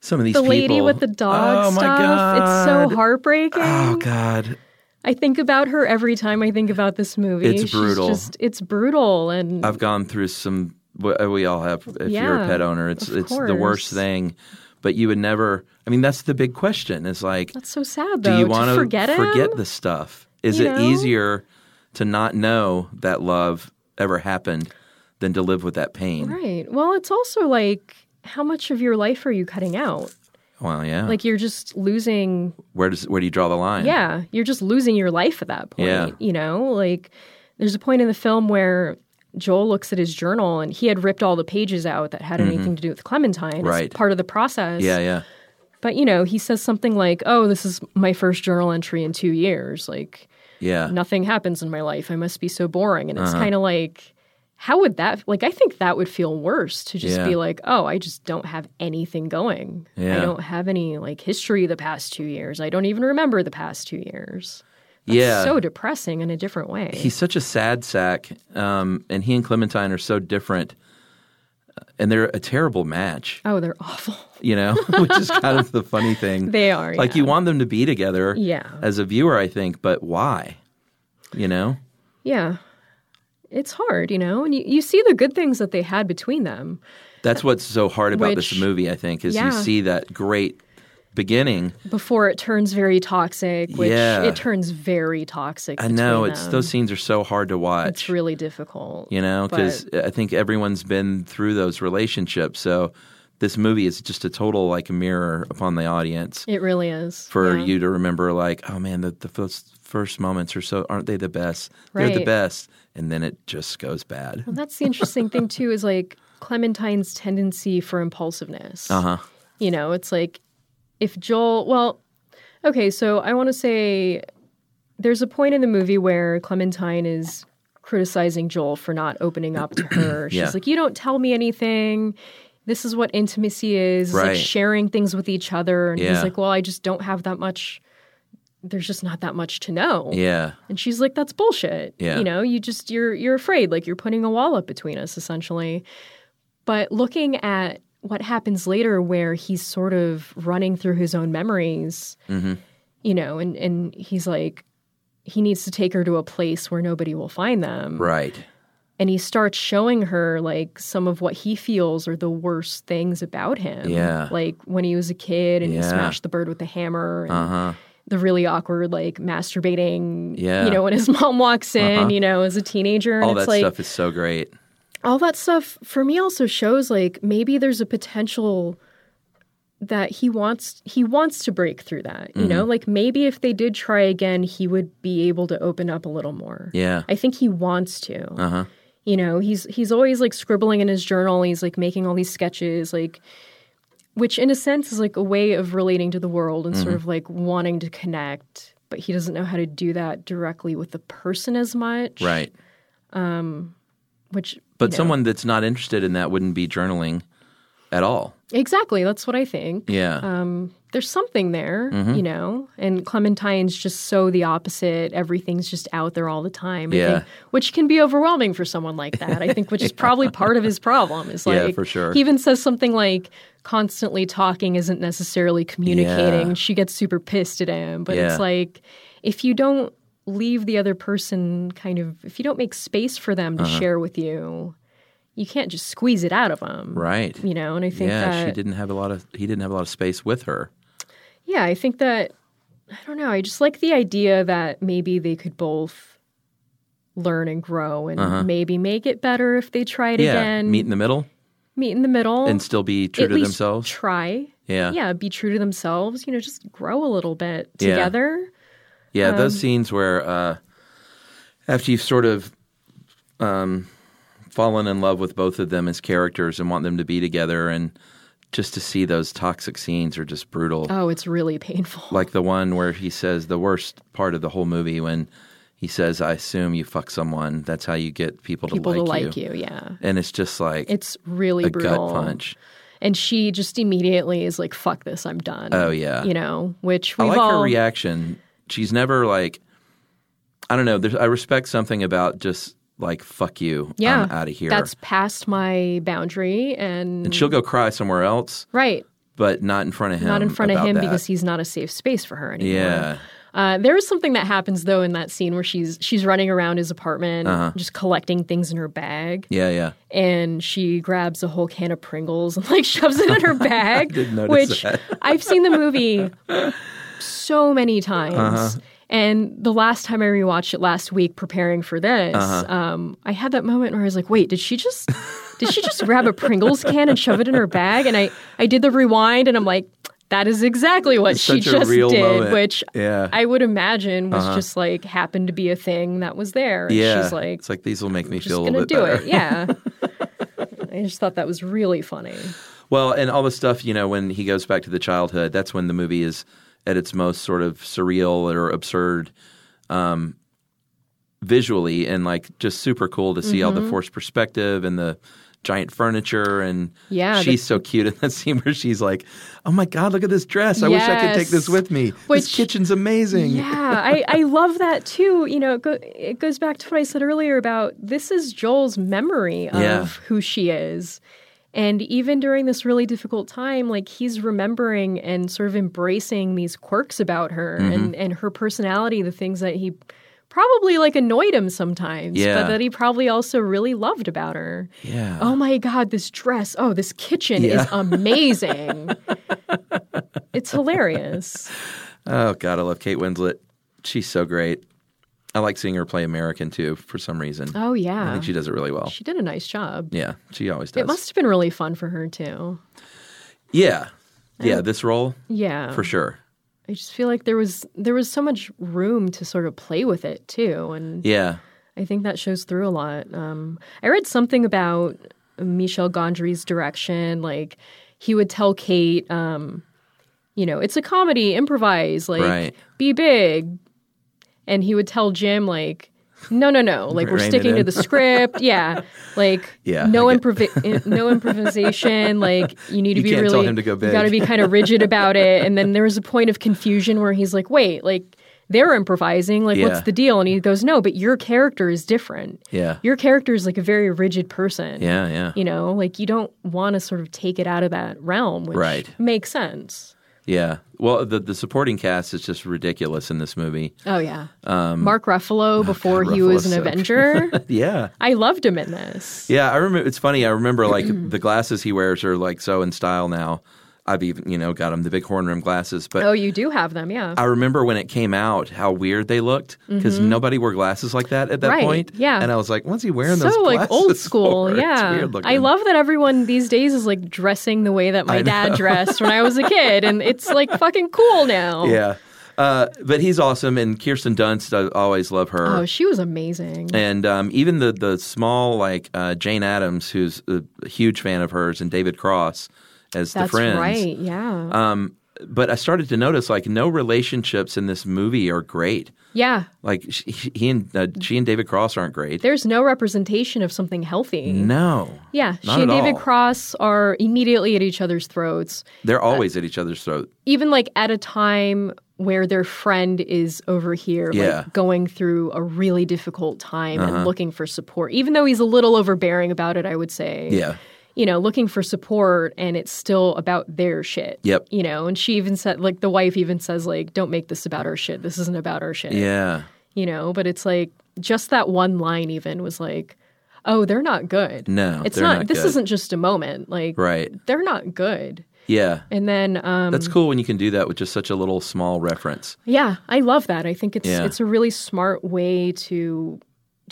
Speaker 3: some of these
Speaker 4: The lady
Speaker 3: people-
Speaker 4: with the dog
Speaker 3: Oh my
Speaker 4: stuff,
Speaker 3: god,
Speaker 4: it's so heartbreaking.
Speaker 3: Oh god,
Speaker 4: I think about her every time I think about this movie.
Speaker 3: It's
Speaker 4: She's
Speaker 3: brutal. Uh,
Speaker 4: just- it's brutal and
Speaker 3: I've gone through some. w- We all have. If you're a
Speaker 4: Yeah,
Speaker 3: pet owner, it's
Speaker 4: of
Speaker 3: it's the
Speaker 4: course.
Speaker 3: worst thing. But you would never. I mean, that's the big question. Is like,
Speaker 4: that's so sad
Speaker 3: do
Speaker 4: though.
Speaker 3: you
Speaker 4: to
Speaker 3: want to
Speaker 4: forget him?
Speaker 3: forget this stuff? Is
Speaker 4: You
Speaker 3: it
Speaker 4: know?
Speaker 3: easier to not know that love ever happened than to live with that pain?
Speaker 4: Right. Well, it's also like how much of your life are you cutting out?
Speaker 3: Well, yeah.
Speaker 4: Like you're just losing
Speaker 3: where does where do you draw the line?
Speaker 4: Yeah, you're just losing your life at that point.
Speaker 3: Yeah.
Speaker 4: You know, like there's a point in the film where Joel looks at his journal and he had ripped all the pages out that had anything to do with Clementine. It's
Speaker 3: Mm-hmm. Right.
Speaker 4: part of the process.
Speaker 3: Yeah, yeah.
Speaker 4: But you know, he says something like, "Oh, this is my first journal entry in 2 years. Like
Speaker 3: Yeah.
Speaker 4: nothing happens in my life. I must be so boring." And it's
Speaker 3: Uh-huh.
Speaker 4: kind of like how would that like I think that would feel worse to just
Speaker 3: Yeah.
Speaker 4: be like, "Oh, I just don't have anything going.
Speaker 3: Yeah.
Speaker 4: I don't have any like history the past 2 years. I don't even remember the past 2 years." That's
Speaker 3: yeah.
Speaker 4: so depressing in a different way.
Speaker 3: He's such a sad sack. Um, and he and Clementine are so different. uh, And they're a terrible match,
Speaker 4: oh, they're awful.
Speaker 3: you know, which is kind of the funny thing.
Speaker 4: They are.
Speaker 3: like
Speaker 4: yeah.
Speaker 3: you want them to be together
Speaker 4: Yeah.
Speaker 3: as a viewer, I think, but why? You know?
Speaker 4: Yeah. It's hard, you know, and you, you see the good things that they had between them.
Speaker 3: That's what's so hard about this
Speaker 4: Which-
Speaker 3: movie, I think, is
Speaker 4: yeah.
Speaker 3: you see that great beginning.
Speaker 4: before it turns very toxic, which
Speaker 3: Yeah.
Speaker 4: it turns very toxic.
Speaker 3: I know
Speaker 4: between
Speaker 3: it's
Speaker 4: them.
Speaker 3: those scenes are so hard to watch.
Speaker 4: It's really difficult.
Speaker 3: you know
Speaker 4: but-
Speaker 3: because i think everyone's been through those relationships so this movie is just a total like mirror upon the audience
Speaker 4: It really is.
Speaker 3: for
Speaker 4: yeah.
Speaker 3: you to remember like oh man the, the first, first moments are so aren't they the best they're the
Speaker 4: Right.
Speaker 3: best and then it just goes bad
Speaker 4: Well, that's the interesting thing too is like Clementine's tendency for impulsiveness.
Speaker 3: uh-huh
Speaker 4: You know, it's like if Joel, well, okay, so I want to say there's a point in the movie where Clementine is criticizing Joel for not opening up to her. She's
Speaker 3: Yeah.
Speaker 4: like, You don't tell me anything. This is what intimacy is, it's
Speaker 3: Right.
Speaker 4: like sharing things with each other. And
Speaker 3: Yeah.
Speaker 4: he's like, Well, I just don't have that much. There's just not that much to know.
Speaker 3: yeah
Speaker 4: And she's like, "That's bullshit."
Speaker 3: Yeah.
Speaker 4: You know, you just you're you're afraid, like you're putting a wall up between us, essentially. But looking at what happens later, where he's sort of running through his own memories, you know, and and he's like, he needs to take her to a place where nobody will find them,
Speaker 3: right
Speaker 4: and he starts showing her like some of what he feels are the worst things about him.
Speaker 3: Yeah.
Speaker 4: Like when he was a kid and he
Speaker 3: Yeah. Uh-huh.
Speaker 4: smashed the bird with the hammer and the really awkward like masturbating,
Speaker 3: Yeah. Uh-huh.
Speaker 4: you know, when his mom walks in, you know, as a teenager.
Speaker 3: all
Speaker 4: and
Speaker 3: that
Speaker 4: it's like
Speaker 3: stuff is so great
Speaker 4: all that stuff for me also shows like maybe there's a potential that he wants he wants to break through that you
Speaker 3: Mm-hmm.
Speaker 4: know like maybe if they did try again he would be able to open up a little more
Speaker 3: Yeah.
Speaker 4: i think he wants to uh-huh you know he's he's always like scribbling in his journal he's like making all these sketches like which in a sense is like a way of relating to the world and sort of like wanting to connect but he doesn't know how to do that directly with the person as much
Speaker 3: right
Speaker 4: which
Speaker 3: but
Speaker 4: you know,
Speaker 3: someone that's not interested in that wouldn't be journaling at all.
Speaker 4: Exactly. That's what I think.
Speaker 3: Yeah.
Speaker 4: Um, There's something there,
Speaker 3: Mm-hmm.
Speaker 4: you know? And Clementine's just so the opposite. Everything's just out there all the time. I
Speaker 3: Yeah.
Speaker 4: think, which can be overwhelming for someone like that, I think, which is probably part of his problem. Is like,
Speaker 3: Yeah, for sure.
Speaker 4: He even says something like, constantly talking isn't necessarily communicating.
Speaker 3: Yeah.
Speaker 4: She gets super pissed at him. But
Speaker 3: Yeah.
Speaker 4: it's like, if you don't leave the other person kind of, if you don't make space for them to
Speaker 3: Uh-huh.
Speaker 4: share with you, you can't just squeeze it out of them.
Speaker 3: right.
Speaker 4: You know, and I think
Speaker 3: yeah,
Speaker 4: that
Speaker 3: she didn't have a lot of he didn't have a lot of space with her.
Speaker 4: yeah, I think that I don't know. I just like the idea that maybe they could both learn and grow, and maybe make it better if they tried
Speaker 3: Uh-huh. Yeah.
Speaker 4: again.
Speaker 3: Meet in the middle
Speaker 4: meet in the middle,
Speaker 3: and still be true
Speaker 4: At
Speaker 3: to
Speaker 4: least
Speaker 3: themselves.
Speaker 4: Try,
Speaker 3: Yeah.
Speaker 4: yeah, be true to themselves. You know, just grow a little bit
Speaker 3: Yeah.
Speaker 4: together.
Speaker 3: Yeah,
Speaker 4: um,
Speaker 3: those scenes where uh, after you've sort of um, fallen in love with both of them as characters and want them to be together, and just to see those toxic scenes are just brutal.
Speaker 4: Oh, it's really painful.
Speaker 3: Like the one where he says the worst part of the whole movie when he says, "I assume you fuck someone. That's how you get people,
Speaker 4: People
Speaker 3: to,
Speaker 4: to
Speaker 3: like,
Speaker 4: like you, yeah.
Speaker 3: And it's just like
Speaker 4: It's really
Speaker 3: a
Speaker 4: brutal.
Speaker 3: gut punch.
Speaker 4: And she just immediately is like, "Fuck this, I'm done."
Speaker 3: Oh, yeah.
Speaker 4: you know, which
Speaker 3: I
Speaker 4: we've
Speaker 3: like
Speaker 4: all
Speaker 3: her reaction. She's never like, I don't know. There's, I respect something about just like fuck you.
Speaker 4: yeah
Speaker 3: I'm out of here.
Speaker 4: That's past my boundary, and
Speaker 3: and she'll go cry somewhere else,
Speaker 4: Right.
Speaker 3: but not in front of him.
Speaker 4: Not in front of
Speaker 3: Um, about
Speaker 4: him
Speaker 3: that.
Speaker 4: because he's not a safe space for her anymore.
Speaker 3: yeah,
Speaker 4: Uh, there is something that happens though in that scene where she's she's running around his apartment,
Speaker 3: Uh-huh.
Speaker 4: just collecting things in her bag,
Speaker 3: yeah, yeah.
Speaker 4: and she grabs a whole can of Pringles and like shoves it in her bag.
Speaker 3: notice
Speaker 4: which
Speaker 3: that.
Speaker 4: I've seen the movie so many times.
Speaker 3: Uh-huh.
Speaker 4: And the last time I rewatched it last week, preparing for this,
Speaker 3: Uh-huh.
Speaker 4: um, I had that moment where I was like, "Wait, did she just did she just grab a Pringles can and shove it in her bag?" And I I did the rewind, and I'm like, "That is exactly what
Speaker 3: It's
Speaker 4: she
Speaker 3: such a
Speaker 4: just
Speaker 3: real
Speaker 4: did,"
Speaker 3: moment.
Speaker 4: which
Speaker 3: Yeah. Uh-huh.
Speaker 4: I would imagine was just like happened to be a thing that was there. And
Speaker 3: yeah.
Speaker 4: she's like,
Speaker 3: it's like these will make me
Speaker 4: "Just
Speaker 3: feel a
Speaker 4: gonna
Speaker 3: little bit
Speaker 4: do
Speaker 3: better.
Speaker 4: it." Yeah. I just thought that was really funny.
Speaker 3: Well, and all the stuff you know when he goes back to the childhood. That's when the movie is at its most sort of surreal or absurd, um, visually and like just super cool to see all
Speaker 4: Mm-hmm.
Speaker 3: the forced perspective and the giant furniture and
Speaker 4: Yeah,
Speaker 3: she's so cute in that scene where she's like, "Oh my god, look at this dress! I wish I could take this
Speaker 4: Yes.
Speaker 3: with me.
Speaker 4: Which-
Speaker 3: this kitchen's amazing."
Speaker 4: Yeah, I, I love that too. You know, it, go, it goes back to what I said earlier about this is Joel's memory of
Speaker 3: Yeah.
Speaker 4: who she is. And even during this really difficult time, like he's remembering and sort of embracing these quirks about her
Speaker 3: Mm-hmm.
Speaker 4: and, and her personality, the things that he probably like annoyed him sometimes,
Speaker 3: Yeah.
Speaker 4: but that he probably also really loved about her.
Speaker 3: Yeah.
Speaker 4: Oh my God, this dress. Oh, this kitchen is amazing. it's hilarious.
Speaker 3: Oh God, I love Kate Winslet. She's so great. I like seeing her play American too for some reason.
Speaker 4: Oh, yeah.
Speaker 3: I think she does it really well.
Speaker 4: She did a nice job.
Speaker 3: yeah, she always does.
Speaker 4: It must have been really fun for her too.
Speaker 3: Yeah, yeah. This role
Speaker 4: Yeah.
Speaker 3: for sure.
Speaker 4: I just feel like there was there was so much room to sort of play with it too and
Speaker 3: Yeah,
Speaker 4: I think that shows through a lot. Um, I read something about Michel Gondry's direction. Like he would tell Kate, um, you know, it's a comedy, improvise, like
Speaker 3: Right.
Speaker 4: be big, and he would tell Jim like. No, no, no! Like we're
Speaker 3: Rein it
Speaker 4: sticking to
Speaker 3: in.
Speaker 4: the script. Yeah, like
Speaker 3: Yeah,
Speaker 4: no
Speaker 3: I get-
Speaker 4: improvi- in- no improvisation. Like you need to
Speaker 3: You
Speaker 4: be
Speaker 3: can't
Speaker 4: really
Speaker 3: tell him to go
Speaker 4: You got to
Speaker 3: big.
Speaker 4: be kind of rigid about it. And then there was a point of confusion where he's like, "Wait, like they're improvising. Like
Speaker 3: Yeah.
Speaker 4: what's the deal?" And he goes, "No, but your character is different.
Speaker 3: Yeah.
Speaker 4: your character is like a very rigid person.
Speaker 3: yeah, yeah,
Speaker 4: you know, like you don't want to sort of take it out of that realm, which
Speaker 3: Right.
Speaker 4: makes sense.
Speaker 3: yeah. Well, the the supporting cast is just ridiculous in this movie.
Speaker 4: Oh yeah, Mark Ruffalo before he was
Speaker 3: Ruffalo's Um,
Speaker 4: an
Speaker 3: so good.
Speaker 4: Avenger,
Speaker 3: Yeah,
Speaker 4: I loved him in this.
Speaker 3: yeah. I remember. It's funny. I remember like the glasses he wears are like so in style now. I've even you know got him the big horn rim glasses, but.
Speaker 4: Oh, you do have them, yeah.
Speaker 3: I remember when it came out how weird they looked because nobody wore glasses like that at that
Speaker 4: Mm-hmm. Right,
Speaker 3: point.
Speaker 4: yeah.
Speaker 3: and I was like, "What's he wearing those
Speaker 4: so
Speaker 3: glasses?"
Speaker 4: like old school,
Speaker 3: for? It's
Speaker 4: yeah.
Speaker 3: weird looking.
Speaker 4: I love that everyone these days is like dressing the way that my dad dressed when I was a kid, and it's like fucking cool now.
Speaker 3: Yeah, uh, but he's awesome, and Kirsten Dunst. I always love her.
Speaker 4: Oh, she was amazing.
Speaker 3: and um, even the the small like uh, Jane Addams, who's a huge fan of hers, and David Cross as the
Speaker 4: That's
Speaker 3: friends.
Speaker 4: right. Yeah.
Speaker 3: Um, but I started to notice like no relationships in this movie are great.
Speaker 4: Yeah.
Speaker 3: Like sh- he and uh, she and David Cross aren't great.
Speaker 4: There's no representation of something healthy.
Speaker 3: no.
Speaker 4: Yeah.
Speaker 3: Not
Speaker 4: she and
Speaker 3: at
Speaker 4: David
Speaker 3: all.
Speaker 4: Cross are immediately at each other's throats.
Speaker 3: They're always at each other's throat.
Speaker 4: even like at a time where their friend is over here
Speaker 3: Yeah. Uh-huh.
Speaker 4: like going through a really difficult time and looking for support even though he's a little overbearing about it i would say
Speaker 3: Yeah.
Speaker 4: you know looking for support and it's still about their shit
Speaker 3: Yep.
Speaker 4: you know and she even said like the wife even says like don't make this about our shit this isn't about our shit
Speaker 3: Yeah.
Speaker 4: you know but it's like just that one line even was like oh they're not good
Speaker 3: No,
Speaker 4: it's
Speaker 3: they're
Speaker 4: not,
Speaker 3: not
Speaker 4: this
Speaker 3: good.
Speaker 4: isn't just a moment like
Speaker 3: Right.
Speaker 4: they're not good
Speaker 3: Yeah.
Speaker 4: and then um
Speaker 3: That's cool when you can do that with just such a little small reference.
Speaker 4: Yeah, I love that. I think it's
Speaker 3: Yeah.
Speaker 4: it's a really smart way to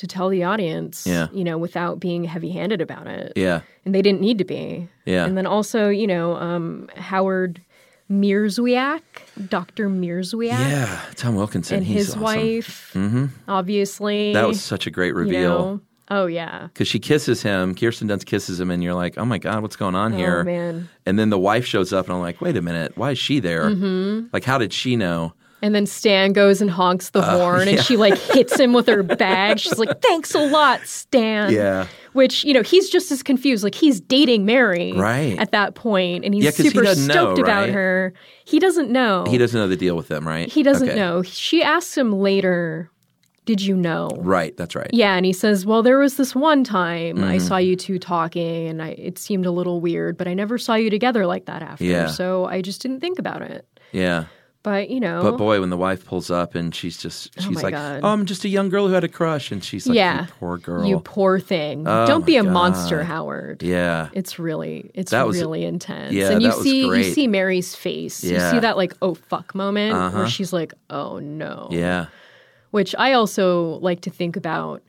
Speaker 4: to tell the audience,
Speaker 3: Yeah.
Speaker 4: you know, without being heavy-handed about it.
Speaker 3: Yeah.
Speaker 4: And they didn't need to be.
Speaker 3: Yeah.
Speaker 4: And then also, you know, um, Howard Mierzwiak, Dr. Mierzwiak,
Speaker 3: Yeah. Tom Wilkinson.
Speaker 4: and
Speaker 3: he's
Speaker 4: his
Speaker 3: awesome. Mm-hmm.
Speaker 4: wife, obviously.
Speaker 3: That was such a great
Speaker 4: you
Speaker 3: reveal.
Speaker 4: know. Oh yeah.
Speaker 3: because she kisses him. Kirsten Dunst kisses him, and you're like, "Oh my god, what's going on here?"
Speaker 4: man.
Speaker 3: And then the wife shows up, and I'm like, "Wait a minute, why is she there?
Speaker 4: Mm-hmm.
Speaker 3: Like, how did she know?"
Speaker 4: And then Stan goes and honks the
Speaker 3: Uh,
Speaker 4: horn, and she like hits him with her bag. She's like, "Thanks a lot, Stan."
Speaker 3: Yeah.
Speaker 4: Which you know he's just as confused. Like he's dating Mary
Speaker 3: Right.
Speaker 4: at that point, and he's
Speaker 3: Yeah, 'cause he
Speaker 4: super
Speaker 3: doesn't know,
Speaker 4: stoked about
Speaker 3: right?
Speaker 4: her. He doesn't know.
Speaker 3: He doesn't know the deal with them, right?
Speaker 4: He doesn't
Speaker 3: Okay.
Speaker 4: know. She asks him later, "Did you know?"
Speaker 3: Right, that's right.
Speaker 4: Yeah, and he says, "Well, there was this one time
Speaker 3: Mm.
Speaker 4: I saw you two talking, and I, it seemed a little weird, but I never saw you together like that after.
Speaker 3: Yeah.
Speaker 4: So I just didn't think about it.
Speaker 3: Yeah.
Speaker 4: But you know,
Speaker 3: But boy, when the wife pulls up and she's just, she's
Speaker 4: Oh. my
Speaker 3: like,
Speaker 4: God.
Speaker 3: "Oh, I'm just a young girl who had a crush," and she's like,
Speaker 4: yeah,
Speaker 3: "You poor girl." Oh
Speaker 4: You poor thing. Don't be a monster,
Speaker 3: God.
Speaker 4: Howard.
Speaker 3: yeah.
Speaker 4: It's really, it's
Speaker 3: That was-
Speaker 4: really intense.
Speaker 3: yeah,
Speaker 4: and you
Speaker 3: that was
Speaker 4: see, you
Speaker 3: great.
Speaker 4: see Mary's face.
Speaker 3: Yeah. Uh-huh.
Speaker 4: You see that like, oh fuck moment where she's like, oh no.
Speaker 3: Yeah.
Speaker 4: Which I also like to think about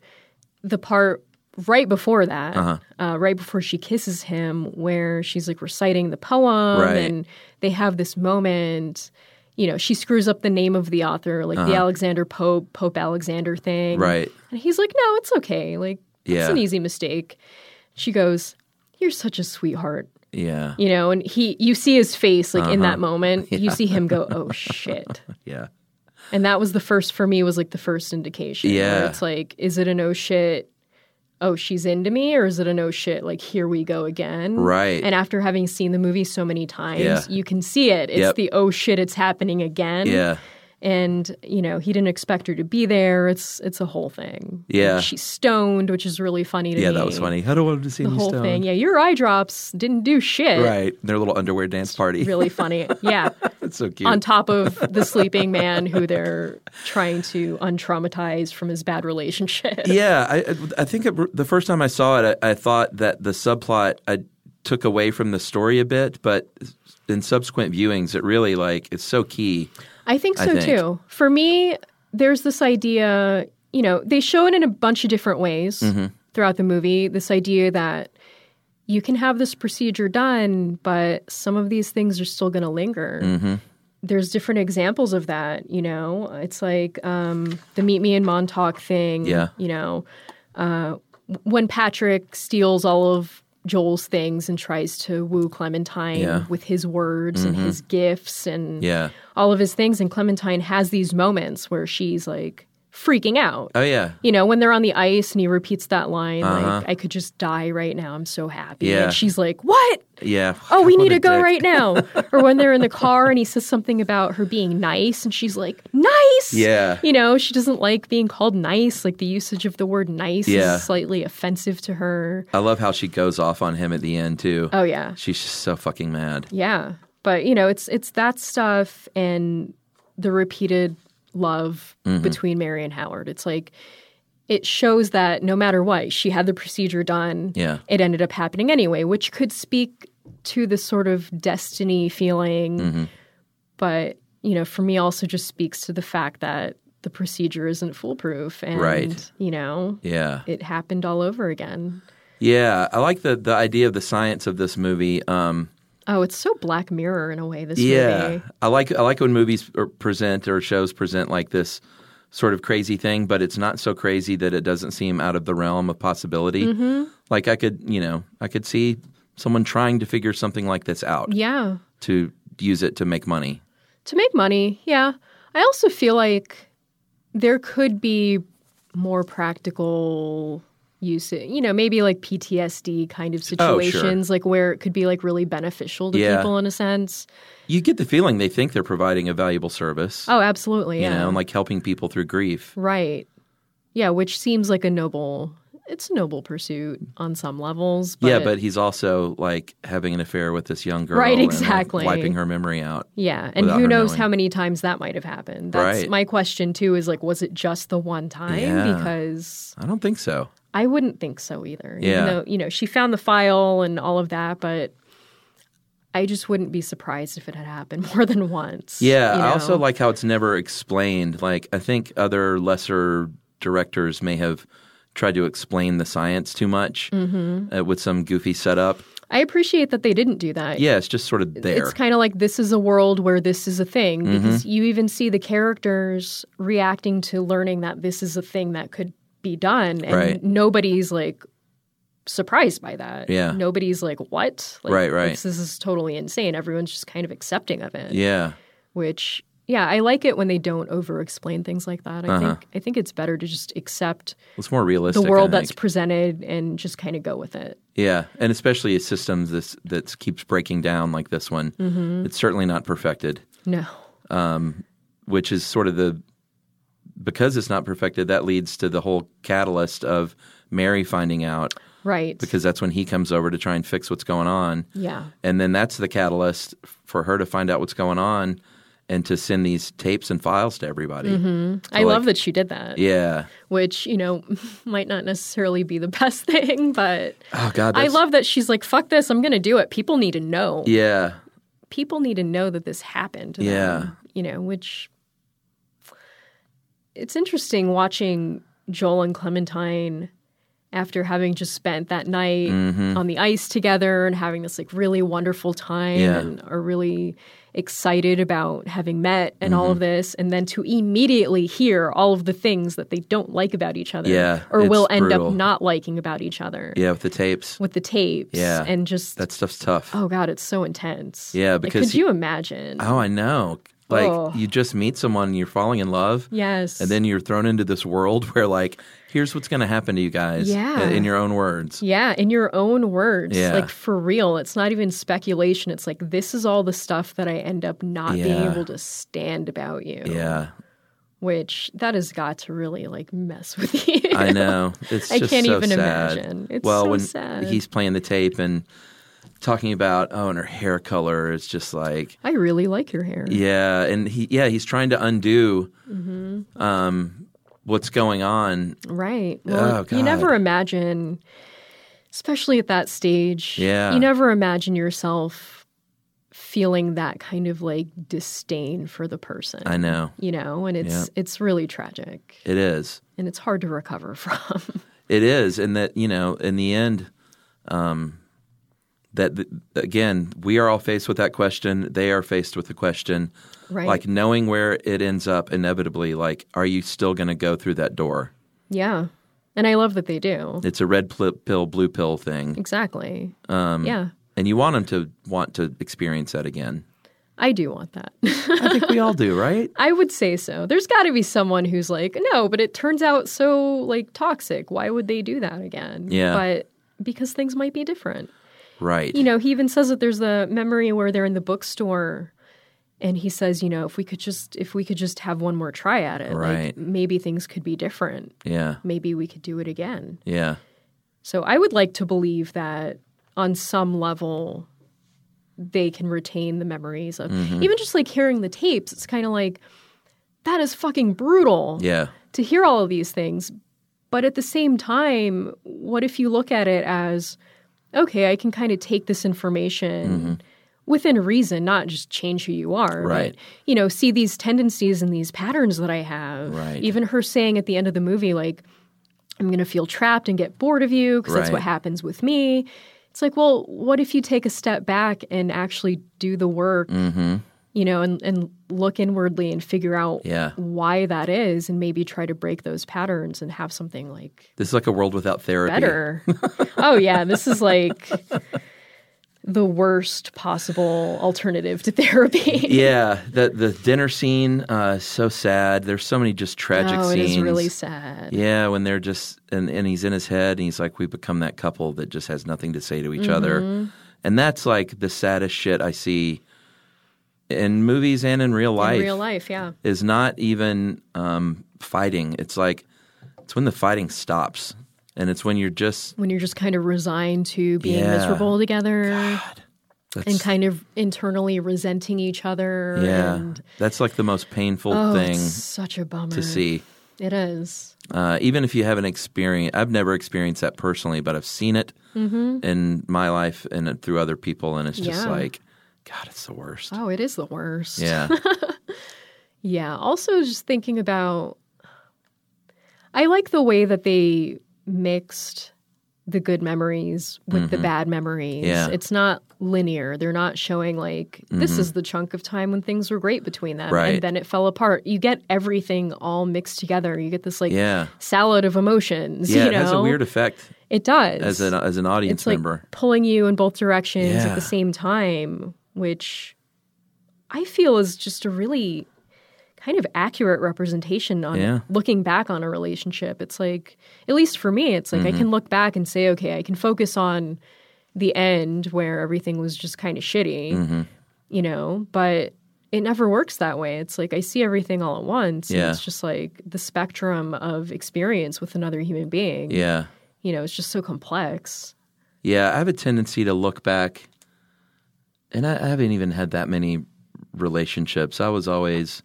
Speaker 4: the part right before that,
Speaker 3: Uh-huh.
Speaker 4: uh, right before she kisses him, where she's like reciting the poem,
Speaker 3: Right.
Speaker 4: and they have this moment. You know, she screws up the name of the author, like the Alexander Pope, Pope Alexander thing.
Speaker 3: Uh-huh. Right.
Speaker 4: And he's like, no, it's okay. Like, it's
Speaker 3: Yeah.
Speaker 4: an easy mistake. She goes, you're such a sweetheart.
Speaker 3: Yeah.
Speaker 4: You know, and he, you see his face, like in that moment, you see him go, oh shit.
Speaker 3: Yeah.
Speaker 4: And that was the first, for me, was like the first indication. where
Speaker 3: Yeah.
Speaker 4: It's like, is it an oh shit? Oh, she's into me, or is it an oh shit? Like, here we go again.
Speaker 3: Right.
Speaker 4: And after having seen the movie so many times,
Speaker 3: Yeah.
Speaker 4: you can see it. It's
Speaker 3: Yep.
Speaker 4: the oh shit, it's happening again
Speaker 3: Yeah.
Speaker 4: and you know he didn't expect her to be there. It's it's a whole thing.
Speaker 3: Yeah.
Speaker 4: And she's stoned, which is really funny to
Speaker 3: Yeah,
Speaker 4: me.
Speaker 3: that was funny. I don't want to see
Speaker 4: The
Speaker 3: me
Speaker 4: whole
Speaker 3: stoned.
Speaker 4: thing. Yeah, your eye drops didn't do shit.
Speaker 3: Right. Their little underwear dance party.
Speaker 4: Really funny. Yeah.
Speaker 3: it's so cute.
Speaker 4: On top of the sleeping man who they're trying to untraumatize from his bad relationship.
Speaker 3: yeah, I- I, I think it, the first time I saw it, I, I thought that the subplot I took away from the story a bit, but in subsequent viewings, it really like it's so key.
Speaker 4: I think
Speaker 3: I
Speaker 4: so
Speaker 3: think.
Speaker 4: too. For me, there's this idea, you know, they show it in a bunch of different ways
Speaker 3: Mm-hmm.
Speaker 4: throughout the movie. This idea that you can have this procedure done, but some of these things are still going to linger.
Speaker 3: Mm-hmm.
Speaker 4: There's different examples of that, you know. It's like um, the meet me in Montauk thing,
Speaker 3: Yeah.
Speaker 4: you know, uh, w- when Patrick steals all of Joel's things and tries to woo Clementine
Speaker 3: Yeah. Mm-hmm.
Speaker 4: with his words and his gifts and
Speaker 3: Yeah.
Speaker 4: all of his things. And Clementine has these moments where she's like freaking out.
Speaker 3: Oh yeah,
Speaker 4: You know, when they're on the ice and he repeats that line, like, I could just die right now. I'm so happy.
Speaker 3: Uh-huh. Yeah.
Speaker 4: And she's like, What?
Speaker 3: yeah.
Speaker 4: Oh, we
Speaker 3: What
Speaker 4: need
Speaker 3: a
Speaker 4: to go
Speaker 3: dick.
Speaker 4: right now. or when they're in the car and he says something about her being nice and she's like, Nice.
Speaker 3: Yeah.
Speaker 4: You know, she doesn't like being called nice. Like the usage of the word nice
Speaker 3: Yeah.
Speaker 4: is slightly offensive to her.
Speaker 3: I love how she goes off on him at the end too.
Speaker 4: Oh, yeah.
Speaker 3: She's just so fucking mad.
Speaker 4: Yeah. But you know, it's it's that stuff and the repeated love
Speaker 3: Mm-hmm.
Speaker 4: between Mary and Howard. It's like it shows that no matter what, she had the procedure done.
Speaker 3: Yeah.
Speaker 4: It ended up happening anyway, which could speak to the sort of destiny feeling.
Speaker 3: Mm-hmm.
Speaker 4: But, you know, for me also just speaks to the fact that the procedure isn't foolproof and
Speaker 3: Right.
Speaker 4: you know,
Speaker 3: Yeah,
Speaker 4: it happened all over again.
Speaker 3: yeah. I like the the idea of the science of this movie. Um,
Speaker 4: Oh, it's so black mirror in a way this
Speaker 3: yeah,
Speaker 4: movie.
Speaker 3: I like I like when movies or present or shows present like this sort of crazy thing, but it's not so crazy that it doesn't seem out of the realm of possibility.
Speaker 4: Mm-hmm.
Speaker 3: Like I could, you know, I could see someone trying to figure something like this out
Speaker 4: Yeah.
Speaker 3: to use it to make money.
Speaker 4: to make money. Yeah. I also feel like there could be more practical use, you know, maybe like PTSD kind of
Speaker 3: Oh, sure.
Speaker 4: situations, like where it could be like really beneficial to
Speaker 3: Yeah.
Speaker 4: people in a sense.
Speaker 3: You get the feeling they think they're providing a valuable service,
Speaker 4: Oh, absolutely.
Speaker 3: you
Speaker 4: Yeah.
Speaker 3: know, and like helping people through grief.
Speaker 4: right. Yeah, which seems like a noble it's a noble pursuit on some levels. But
Speaker 3: yeah, but he's also like having an affair with this young girl,
Speaker 4: Right,
Speaker 3: and, like,
Speaker 4: exactly.
Speaker 3: wiping her memory out.
Speaker 4: yeah, and
Speaker 3: without
Speaker 4: who
Speaker 3: her
Speaker 4: knows
Speaker 3: knowing.
Speaker 4: how many times that might have happened. That's
Speaker 3: Right.
Speaker 4: my question too is like was it just the one time
Speaker 3: Yeah.
Speaker 4: because
Speaker 3: I don't think so.
Speaker 4: I wouldn't think so either.
Speaker 3: Yeah.
Speaker 4: Even though, you know, she found the file and all of that, but I just wouldn't be surprised if it had happened more than once.
Speaker 3: Yeah,
Speaker 4: you
Speaker 3: I also
Speaker 4: know?
Speaker 3: like how it's never explained. Like, I think other lesser directors may have tried to explain the science too much
Speaker 4: Mm-hmm.
Speaker 3: uh, with some goofy setup.
Speaker 4: I appreciate that they didn't do that.
Speaker 3: Yeah, it's just sort of there.
Speaker 4: It's kind of like this is a world where this is a thing
Speaker 3: Mm-hmm.
Speaker 4: because you even see the characters reacting to learning that this is a thing that could be done. And
Speaker 3: Right.
Speaker 4: nobody's like surprised by that.
Speaker 3: Yeah.
Speaker 4: Nobody's like, what? Like,
Speaker 3: Right, right.
Speaker 4: This, this is totally insane. Everyone's just kind of accepting of it.
Speaker 3: yeah,
Speaker 4: which yeah, I like it when they don't over explain things like that. I
Speaker 3: Uh-huh.
Speaker 4: think I think it's better to just accept
Speaker 3: it's more realistic.
Speaker 4: the
Speaker 3: I
Speaker 4: world that's
Speaker 3: think.
Speaker 4: presented and just kind of go with it.
Speaker 3: yeah, and especially a system this that keeps breaking down like this one.
Speaker 4: Mm-hmm.
Speaker 3: It's certainly not perfected,
Speaker 4: No.
Speaker 3: which is sort of the because it's not perfected. That leads to the whole catalyst of Mary finding out
Speaker 4: Right.
Speaker 3: because that's when he comes over to try and fix what's going on.
Speaker 4: yeah.
Speaker 3: And then that's the catalyst for her to find out what's going on and to send these tapes and files to everybody.
Speaker 4: I
Speaker 3: like-
Speaker 4: love that she did that,
Speaker 3: Yeah.
Speaker 4: which, you know, might not necessarily be the best thing, but
Speaker 3: Oh God.
Speaker 4: I
Speaker 3: that's-
Speaker 4: love that she's like, fuck this, I'm going to do it. People need to know.
Speaker 3: Yeah.
Speaker 4: People need to know that this happened. to
Speaker 3: Yeah.
Speaker 4: them, you know, which it's interesting watching Joel and Clementine after having just spent that night
Speaker 3: Mm-hmm.
Speaker 4: on the ice together and having this like really wonderful time
Speaker 3: Yeah.
Speaker 4: and are really excited about having met and
Speaker 3: Mm-hmm.
Speaker 4: all of this and then to immediately hear all of the things that they don't like about each other
Speaker 3: Yeah,
Speaker 4: or will
Speaker 3: it's
Speaker 4: end
Speaker 3: brutal.
Speaker 4: up not liking about each other
Speaker 3: Yeah. With the tapes.
Speaker 4: with the tapes
Speaker 3: Yeah.
Speaker 4: and just
Speaker 3: That stuff's tough.
Speaker 4: oh god it's so intense
Speaker 3: Yeah,
Speaker 4: Like,
Speaker 3: because
Speaker 4: could
Speaker 3: he-
Speaker 4: you imagine
Speaker 3: Oh, I know. Like
Speaker 4: Oh.
Speaker 3: you just meet someone and you're falling in love.
Speaker 4: yes
Speaker 3: And then you're thrown into this world where like, here's what's going to happen to you guys.
Speaker 4: Yeah.
Speaker 3: In your own words.
Speaker 4: Yeah, in your own words.
Speaker 3: Yeah.
Speaker 4: Like for real. It's not even speculation. It's like this is all the stuff that I end up not being
Speaker 3: Yeah.
Speaker 4: able to stand about you.
Speaker 3: Yeah.
Speaker 4: Which that has got to really like mess with you.
Speaker 3: I know. It's
Speaker 4: I
Speaker 3: just
Speaker 4: can't
Speaker 3: so
Speaker 4: even
Speaker 3: sad.
Speaker 4: imagine. It's
Speaker 3: well,
Speaker 4: so
Speaker 3: when
Speaker 4: sad.
Speaker 3: he's playing the tape and talking about oh, and her hair color is just like
Speaker 4: I really like your hair.
Speaker 3: yeah, and he yeah he's trying to undo
Speaker 4: Mm-hmm.
Speaker 3: um, what's going on.
Speaker 4: Right. Well,
Speaker 3: Oh,
Speaker 4: you never
Speaker 3: God.
Speaker 4: imagine, especially at that stage,
Speaker 3: Yeah.
Speaker 4: you never imagine yourself feeling that kind of like disdain for the person.
Speaker 3: I know
Speaker 4: You know, and it's it's really tragic.
Speaker 3: it is.
Speaker 4: and it's hard to recover from.
Speaker 3: It is, and that you know, in the end, um, that th- again, we are all faced with that question. They are faced with the question,
Speaker 4: Right.
Speaker 3: like knowing where it ends up inevitably. Like, are you still going to go through that door?
Speaker 4: yeah. And I love that they do.
Speaker 3: It's a red pl- pill, blue pill thing,
Speaker 4: Exactly.
Speaker 3: Um,
Speaker 4: yeah.
Speaker 3: and you want them to want to experience that again.
Speaker 4: I do want that.
Speaker 3: I think we all do, right?
Speaker 4: I would say so. There's got to be someone who's like, no, but it turns out so like toxic. Why would they do that again?
Speaker 3: Yeah.
Speaker 4: But because things might be different.
Speaker 3: Right.
Speaker 4: You know, he even says that there's a memory where they're in the bookstore and he says, you know, if we could just if we could just have one more try at it,
Speaker 3: Right.
Speaker 4: like maybe things could be different.
Speaker 3: yeah.
Speaker 4: Maybe we could do it again.
Speaker 3: Yeah.
Speaker 4: So I would like to believe that on some level they can retain the memories of even just like hearing the tapes. It's kind of like that is fucking brutal
Speaker 3: Yeah.
Speaker 4: to hear all of these things. But at the same time, what if you look at it as okay, I can kind of take this information within reason, not just change who you are,
Speaker 3: Mm-hmm. Right.
Speaker 4: but you know, see these tendencies and these patterns that I have.
Speaker 3: Right.
Speaker 4: Even her saying at the end of the movie like I'm going to feel trapped and get bored of you because that's
Speaker 3: Right.
Speaker 4: what happens with me. It's like, well, what if you take a step back and actually do the work, you know, and, and look inwardly and figure out
Speaker 3: Yeah.
Speaker 4: why that is and maybe try to break those patterns and have something like
Speaker 3: This is like a world without therapy.
Speaker 4: better. oh, yeah. This is like, the worst possible alternative to therapy.
Speaker 3: Yeah, the the dinner scene uh, is so sad. There's so many just tragic
Speaker 4: oh, it
Speaker 3: scenes.
Speaker 4: is really sad.
Speaker 3: Yeah, when they're just and, and he's in his head and he's like, We become that couple that just has nothing to say to each
Speaker 4: Mm-hmm.
Speaker 3: other. And that's like the saddest shit I see in movies and in real life.
Speaker 4: In real life, yeah.
Speaker 3: Is not even um, fighting. It's like it's when the fighting stops. And it's when you're just
Speaker 4: When you're just kind of resigned to being
Speaker 3: Yeah.
Speaker 4: miserable together
Speaker 3: that's,
Speaker 4: and kind of internally resenting each other.
Speaker 3: Yeah.
Speaker 4: And,
Speaker 3: That's like the most painful
Speaker 4: oh,
Speaker 3: thing
Speaker 4: it's such a bummer
Speaker 3: to see.
Speaker 4: It is.
Speaker 3: uh, even if you haven't experienced i've never experienced that personally but i've seen it in my life and through other people and it's just
Speaker 4: Mm-hmm. Yeah.
Speaker 3: like god it's the worst
Speaker 4: Oh, it is the worst.
Speaker 3: yeah
Speaker 4: Yeah. Also, just thinking about, I like the way that they mixed the good memories with the bad memories.
Speaker 3: Mm-hmm. Yeah.
Speaker 4: It's not linear. They're not showing, like, this is the chunk of time when things were great between them.
Speaker 3: Mm-hmm. Right.
Speaker 4: And then it fell apart. You get everything all mixed together. You get this, like,
Speaker 3: yeah
Speaker 4: salad of emotions.
Speaker 3: yeah
Speaker 4: you
Speaker 3: it
Speaker 4: know?
Speaker 3: has a weird effect
Speaker 4: It does.
Speaker 3: as an as an audience
Speaker 4: it's like
Speaker 3: member
Speaker 4: pulling you in both directions
Speaker 3: Yeah.
Speaker 4: at the same time, which I feel is just a really kind of accurate representation on
Speaker 3: Yeah.
Speaker 4: looking back on a relationship. It's like, at least for me, it's like
Speaker 3: Mm-hmm.
Speaker 4: I can look back and say, okay, I can focus on the end where everything was just kind of shitty,
Speaker 3: Mm-hmm.
Speaker 4: you know, but it never works that way. It's like I see everything all at once.
Speaker 3: Yeah.
Speaker 4: And it's just like the spectrum of experience with another human being.
Speaker 3: yeah
Speaker 4: You know, it's just so complex.
Speaker 3: yeah i have a tendency to look back and i, I haven't even had that many relationships i was always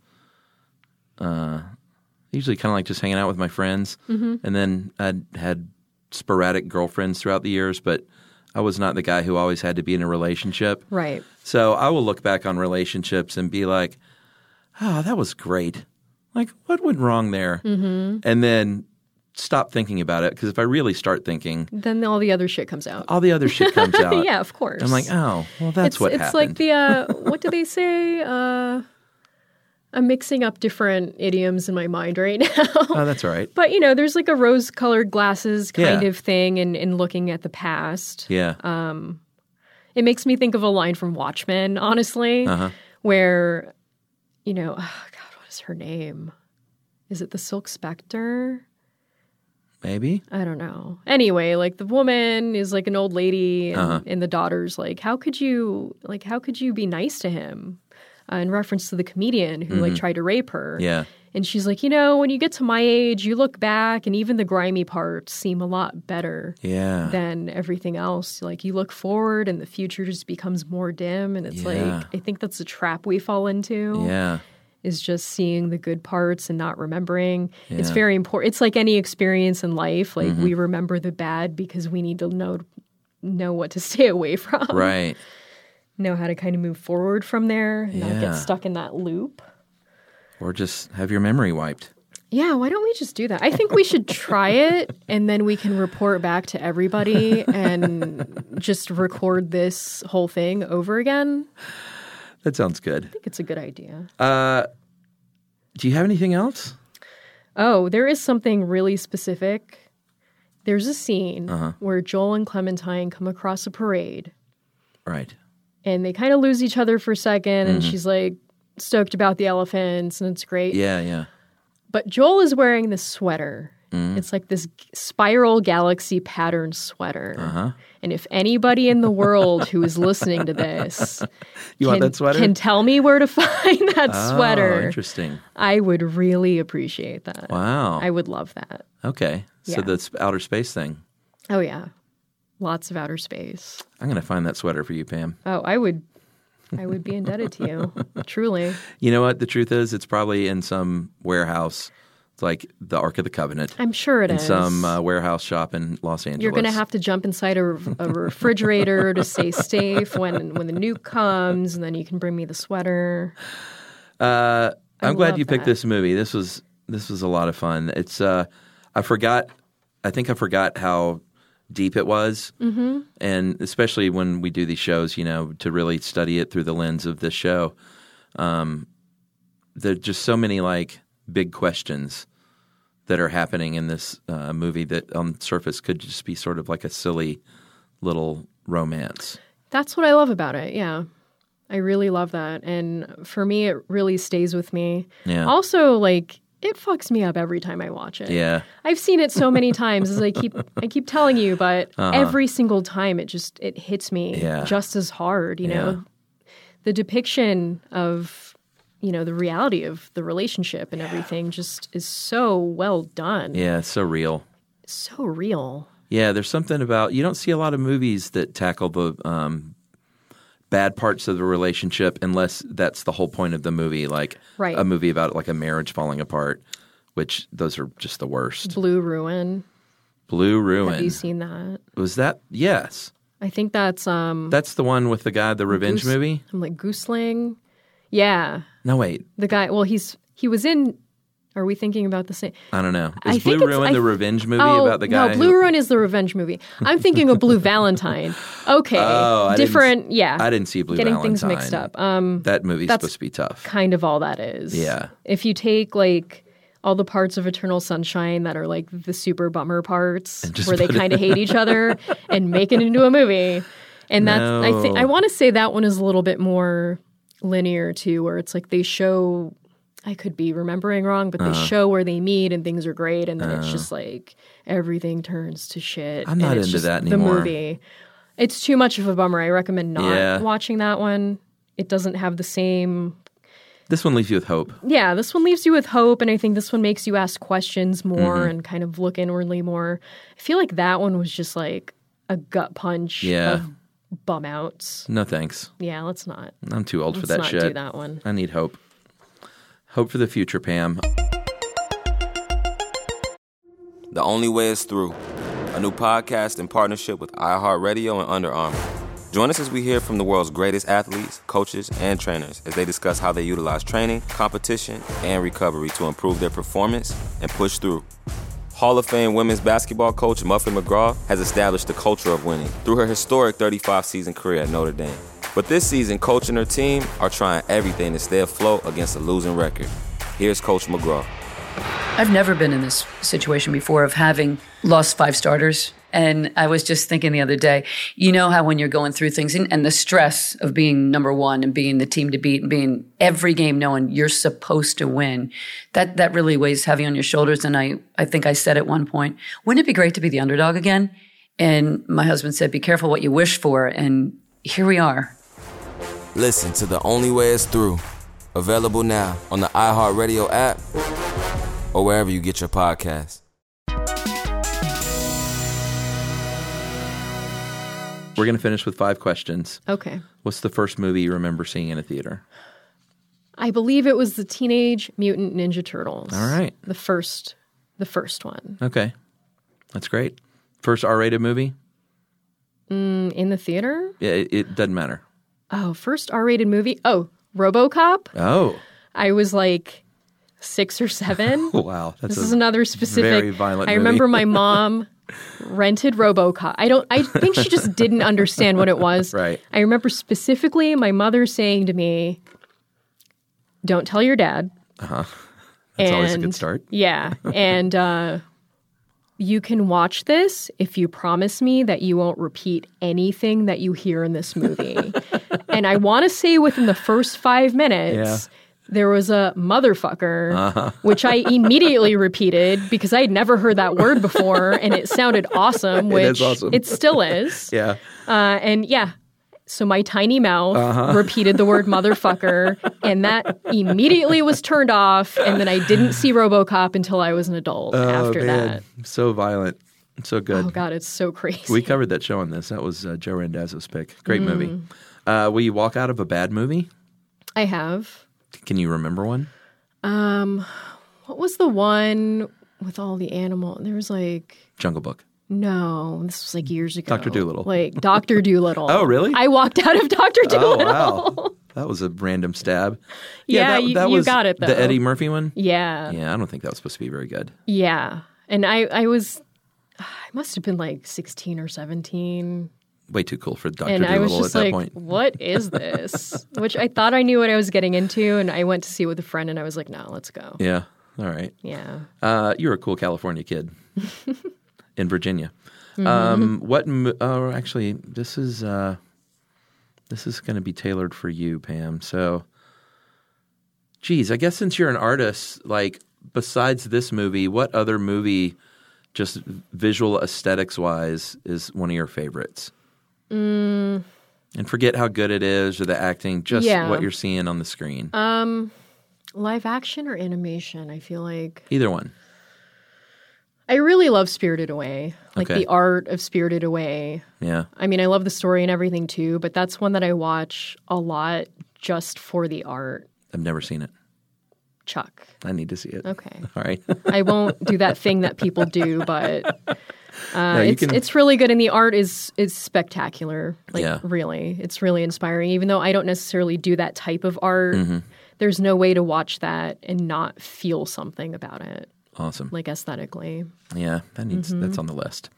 Speaker 3: uh usually kind of like just hanging out with my friends
Speaker 4: Mm-hmm.
Speaker 3: and then i had sporadic girlfriends throughout the years but i was not the guy who always had to be in a relationship
Speaker 4: Right.
Speaker 3: So I will look back on relationships and be like, oh, that was great. Like, what went wrong there? Mm-hmm. And then stop thinking about it. Because if I really start thinking,
Speaker 4: then all the other shit comes out.
Speaker 3: all the other shit comes out.
Speaker 4: yeah, of course.
Speaker 3: I'm like, oh, well, that's
Speaker 4: it's,
Speaker 3: what
Speaker 4: it's
Speaker 3: happened.
Speaker 4: like the uh, what do they say? Uh, I'm mixing up different idioms in my mind right now.
Speaker 3: oh, that's all right.
Speaker 4: but you know, there's like a rose-colored glasses kind
Speaker 3: Yeah.
Speaker 4: of thing, in, in looking at the past.
Speaker 3: Yeah.
Speaker 4: It makes me think of a line from Watchmen, honestly,
Speaker 3: Uh-huh.
Speaker 4: where you know, oh, God, what is her name? Is it the Silk Spectre?
Speaker 3: Maybe.
Speaker 4: I don't know. Anyway, like the woman is like an old lady, and,
Speaker 3: Uh-huh.
Speaker 4: and the daughter's like, "How could you like How could you be nice to him?" Uh, in reference to the comedian who like tried to rape her.
Speaker 3: Mm-hmm. Yeah.
Speaker 4: And she's like, you know, when you get to my age, you look back, and even the grimy parts seem a lot better
Speaker 3: Yeah.
Speaker 4: than everything else. Like you look forward, and the future just becomes more dim. And it's
Speaker 3: Yeah.
Speaker 4: like I think that's a trap we fall into
Speaker 3: yeah.
Speaker 4: is just seeing the good parts and not remembering. It's
Speaker 3: Yeah. Mm-hmm.
Speaker 4: very important. It's like any experience in life. Like we remember the bad because we need to know know what to stay away from.
Speaker 3: Right.
Speaker 4: Know how to kind of move forward from there, and not
Speaker 3: Yeah.
Speaker 4: get stuck in that loop.
Speaker 3: Or just have your memory wiped.
Speaker 4: Yeah, why don't we just do that? I think we should try it and then we can report back to everybody and just record this whole thing over again. I
Speaker 3: That sounds good. Uh,
Speaker 4: think it's a good idea.
Speaker 3: Do you have anything else?
Speaker 4: Oh, there is something really specific. There's a scene
Speaker 3: Uh-huh.
Speaker 4: where Joel and Clementine come across a parade
Speaker 3: Right.
Speaker 4: and they kind of lose each other for a 2nd and she's like stoked about the elephants and it's great.
Speaker 3: Mm-hmm. Yeah. Yeah.
Speaker 4: But Joel is wearing this sweater.
Speaker 3: Mm.
Speaker 4: It's like this g- spiral galaxy pattern sweater.
Speaker 3: Uh-huh.
Speaker 4: And if anybody in the world who is listening to this
Speaker 3: You
Speaker 4: can,
Speaker 3: want that sweater?
Speaker 4: can tell me where to find that
Speaker 3: Oh,
Speaker 4: sweater,
Speaker 3: interesting.
Speaker 4: I would really appreciate that.
Speaker 3: Wow.
Speaker 4: I would love that.
Speaker 3: okay. So
Speaker 4: Yeah.
Speaker 3: the sp- outer space thing.
Speaker 4: Oh yeah. Lots of outer space.
Speaker 3: I'm going to find that sweater for you, Pam.
Speaker 4: Oh, I would I would be indebted to you. Truly.
Speaker 3: You know what? The truth is, it's probably in some warehouse. It's like the Ark of the Covenant
Speaker 4: I'm sure it
Speaker 3: in
Speaker 4: is.
Speaker 3: some uh, warehouse shop in Los Angeles.
Speaker 4: You're going to have to jump inside a, a refrigerator to stay safe when when the nuke comes, and then you can bring me the sweater.
Speaker 3: Uh, I'm glad
Speaker 4: love
Speaker 3: you picked
Speaker 4: that.
Speaker 3: this movie. This was this was a lot of fun. It's uh, I forgot. I think I forgot how deep it was, mm-hmm. and especially when we do these shows, you know, to really study it through the lens of this show. Um, there's just so many like big questions that are happening in this uh, movie that on the surface could just be sort of like a silly little romance.
Speaker 4: That's what I love about it. Yeah. I really love that. And for me, it really stays with me.
Speaker 3: Yeah.
Speaker 4: Also, like, it fucks me up every time I watch it.
Speaker 3: Yeah.
Speaker 4: I've seen it so many times as I keep I keep telling you, but every single time it just it hits me
Speaker 3: Uh-huh. Yeah.
Speaker 4: just as hard, you know. The depiction of you know, the reality of the relationship and everything just is so well done.
Speaker 3: Yeah, it's so real.
Speaker 4: So real.
Speaker 3: Yeah, there's something about you don't see a lot of movies that tackle the um, bad parts of the relationship unless that's the whole point of the movie, like
Speaker 4: Right.
Speaker 3: a movie about like a marriage falling apart, which those are just the worst.
Speaker 4: Blue Ruin.
Speaker 3: Blue Ruin.
Speaker 4: Have you seen that?
Speaker 3: Was that yes?
Speaker 4: I think that's um
Speaker 3: That's the one with the guy, the revenge
Speaker 4: Goose-
Speaker 3: movie.
Speaker 4: I'm like Goosling. Yeah.
Speaker 3: No, wait,
Speaker 4: The guy well he's he was in are we thinking about the same
Speaker 3: I don't know.
Speaker 4: I
Speaker 3: Is Blue
Speaker 4: think it's-
Speaker 3: Ruin
Speaker 4: I-
Speaker 3: the revenge movie
Speaker 4: oh,
Speaker 3: about the guy?
Speaker 4: No,
Speaker 3: who-
Speaker 4: Blue Ruin is the revenge movie. I'm thinking of Blue Valentine. Okay.
Speaker 3: Oh, I didn't s-
Speaker 4: Different yeah.
Speaker 3: I didn't see Blue
Speaker 4: Getting
Speaker 3: Valentine.
Speaker 4: things mixed up. Um
Speaker 3: That movie's
Speaker 4: That's-
Speaker 3: supposed to be tough.
Speaker 4: kind of all that is.
Speaker 3: Yeah.
Speaker 4: If you take like all the parts of Eternal Sunshine that are like the super bummer parts
Speaker 3: just
Speaker 4: where they
Speaker 3: put it-
Speaker 4: kind of hate each other and make it into a movie. And that's I think
Speaker 3: No.
Speaker 4: I want to say that one is a little bit more linear too where it's like they show I could be remembering wrong, but they
Speaker 3: Uh.
Speaker 4: show where they meet and things are great and then it's just like everything turns to shit.
Speaker 3: I'm
Speaker 4: and
Speaker 3: not
Speaker 4: it's
Speaker 3: into
Speaker 4: just
Speaker 3: that
Speaker 4: The
Speaker 3: anymore.
Speaker 4: movie. It's too much of a bummer. I recommend not
Speaker 3: Yeah.
Speaker 4: watching that one. It doesn't have the same
Speaker 3: This one leaves you with hope.
Speaker 4: yeah, this one leaves you with hope, and I think this one makes you ask questions more
Speaker 3: Mm-hmm.
Speaker 4: and kind of look inwardly more. I feel like that one was just like a gut punch
Speaker 3: Yeah.
Speaker 4: of bum outs.
Speaker 3: No thanks.
Speaker 4: Yeah, let's not
Speaker 3: I'm too old for
Speaker 4: let's
Speaker 3: that
Speaker 4: not
Speaker 3: shit.
Speaker 4: do that one.
Speaker 3: I need hope. Hope for the future, Pam.
Speaker 6: The only way is through. A new podcast in partnership with iHeartRadio and Under Armour. Join us as we hear from the world's greatest athletes, coaches, and trainers as they discuss how they utilize training, competition, and recovery to improve their performance and push through. Hall of Fame women's basketball coach Muffin McGraw has established the culture of winning through her historic 35 season career at Notre Dame. But this season, coach and her team are trying everything to stay afloat against a losing record. Here's Coach McGraw.
Speaker 7: I've never been in this situation before of having lost five starters. And I was just thinking the other day, you know how when you're going through things and, and the stress of being number one and being the team to beat and being every game knowing you're supposed to win, that that really weighs heavy on your shoulders. And I, I think I said at one point, wouldn't it be great to be the underdog again? And my husband said, be careful what you wish for. And here we are.
Speaker 6: Listen to The Only Way Is Through. Available now on the iHeartRadio app or wherever you get your podcasts.
Speaker 3: We're going to finish with five questions.
Speaker 4: Okay.
Speaker 3: What's the first movie you remember seeing in a theater?
Speaker 4: I believe it was the Teenage Mutant Ninja Turtles.
Speaker 3: All right.
Speaker 4: The first the first one.
Speaker 3: Okay. That's great. First R rated movie?
Speaker 4: In the theater?
Speaker 3: Yeah, it, it doesn't matter.
Speaker 4: Oh, first R rated movie. Oh, RoboCop.
Speaker 3: Oh,
Speaker 4: I was like 6 or 7.
Speaker 3: wow. That's
Speaker 4: This
Speaker 3: a-
Speaker 4: is another specific.
Speaker 3: very violent
Speaker 4: I remember
Speaker 3: movie.
Speaker 4: my mom rented RoboCop. I don't. I think she just didn't understand what it was.
Speaker 3: Right.
Speaker 4: I remember specifically my mother saying to me, "Don't tell your dad."
Speaker 3: Uh-huh. That's always a
Speaker 4: And-
Speaker 3: good start.
Speaker 4: Yeah, and uh, you can watch this if you promise me that you won't repeat anything that you hear in this movie. and I want to say within the first five minutes. There was a motherfucker,
Speaker 3: Uh-huh.
Speaker 4: which I immediately repeated because I had never heard that word before, and it sounded awesome. Which
Speaker 3: is awesome.
Speaker 4: it still is.
Speaker 3: Yeah.
Speaker 4: Uh, and yeah, so my tiny mouth
Speaker 3: Uh-huh.
Speaker 4: repeated the word motherfucker, and that immediately was turned off. And then I didn't see Robocop until I was an adult
Speaker 3: Oh,
Speaker 4: after that.
Speaker 3: So violent. So good.
Speaker 4: Oh, God, it's so crazy.
Speaker 3: We covered that show on this. That was uh, Joe Randazzo's pick. Great
Speaker 4: Mm.
Speaker 3: movie. Uh, will you walk out of a bad movie?
Speaker 4: I have.
Speaker 3: Can you remember one?
Speaker 4: What was the one with all the animal? There was like.
Speaker 3: Jungle Book.
Speaker 4: No, this was like years ago.
Speaker 3: Dr. Dolittle.
Speaker 4: Like Dr. Doolittle.
Speaker 3: Oh, really?
Speaker 4: I walked out of Dr.
Speaker 3: Oh,
Speaker 4: Doolittle.
Speaker 3: wow. That was a random stab.
Speaker 4: Yeah, you- you got it, though.
Speaker 3: The Eddie Murphy one?
Speaker 4: Yeah.
Speaker 3: Yeah, I don't think that was supposed to be very good.
Speaker 4: Yeah. And I, I was, I must have been like 16 or 17.
Speaker 3: Way too cool for Dr.
Speaker 4: and I was
Speaker 3: Doolittle at
Speaker 4: just
Speaker 3: that
Speaker 4: like,
Speaker 3: point.
Speaker 4: "What is this?" Which I thought I knew what I was getting into, and I went to see it with a friend, and I was like, "No, let's go."
Speaker 3: Yeah. All right.
Speaker 4: Yeah,
Speaker 3: Uh, you're a cool California kid
Speaker 4: Mm-hmm.
Speaker 3: in Virginia. Um, what, mo- oh, actually, this is, uh, This is going to be tailored for you, Pam. So, geez, I guess since you're an artist, like besides this movie, what other movie, just visual aesthetics wise, is one of your favorites?
Speaker 4: Mm,
Speaker 3: And forget how good it is or the acting, just
Speaker 4: Yeah.
Speaker 3: what you're seeing on the screen.
Speaker 4: um, live action or animation? I feel like
Speaker 3: Either one.
Speaker 4: I really love Spirited Away, like
Speaker 3: Okay.
Speaker 4: the art of Spirited Away.
Speaker 3: Yeah.
Speaker 4: I mean, I love the story and everything too, but that's one that I watch a lot just for the art.
Speaker 3: I've never seen it.
Speaker 4: Chuck.
Speaker 3: I need to see it.
Speaker 4: Okay.
Speaker 3: All right.
Speaker 4: I won't do that thing that people do, but uh,
Speaker 3: you
Speaker 4: it's
Speaker 3: can-
Speaker 4: it's really good, and the art is is spectacular. Like
Speaker 3: Yeah.
Speaker 4: really, it's really inspiring. Even though I don't necessarily do that type of art,
Speaker 3: Mhm.
Speaker 4: there's no way to watch that and not feel something about it,
Speaker 3: Awesome.
Speaker 4: like aesthetically.
Speaker 3: Yeah, that needs
Speaker 4: Mhm.
Speaker 3: that's on the list.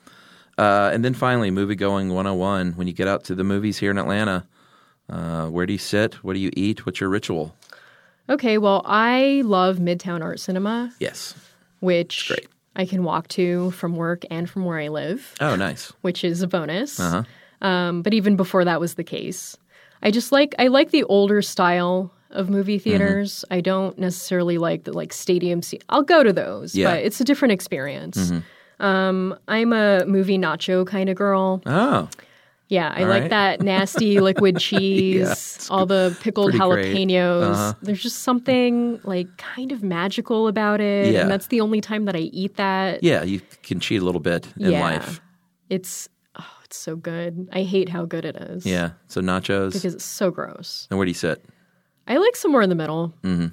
Speaker 3: Uh, and then finally, movie going 101. When you get out to the movies here in Atlanta, uh, where do you sit? What do you eat? What's your ritual?
Speaker 4: Okay, well, I love Midtown Art Cinema,
Speaker 3: Yes.
Speaker 4: which I can walk to from work and from where I live,
Speaker 3: Oh, nice.
Speaker 4: which is a bonus.
Speaker 3: Uh huh.
Speaker 8: Uh-huh.
Speaker 4: Um, but even before that was the case, I just like I like the older style of movie
Speaker 8: Mm-hmm.
Speaker 4: theaters. I don't necessarily like the like stadium. Se- I'll go to those,
Speaker 8: Yeah. Mm-hmm.
Speaker 4: but it's a different experience. Um, I'm a movie nacho kind of girl.
Speaker 3: Oh,
Speaker 4: Yeah, I
Speaker 8: All
Speaker 4: like
Speaker 8: right.
Speaker 4: that nasty liquid cheese,
Speaker 8: it's
Speaker 4: all the pickled
Speaker 8: pretty great.
Speaker 4: jalapenos.
Speaker 8: Uh-huh.
Speaker 4: There's just something like kind of magical about it,
Speaker 3: Yeah.
Speaker 4: and that's the only time that I eat that.
Speaker 3: Yeah, you can cheat a little bit in
Speaker 4: Yeah.
Speaker 3: life.
Speaker 4: It's oh, it's so good. I hate how good it is.
Speaker 3: Yeah. So nachos.
Speaker 4: because it's so gross.
Speaker 3: and where do you sit?
Speaker 4: I like somewhere in the middle.
Speaker 3: Mm-hmm.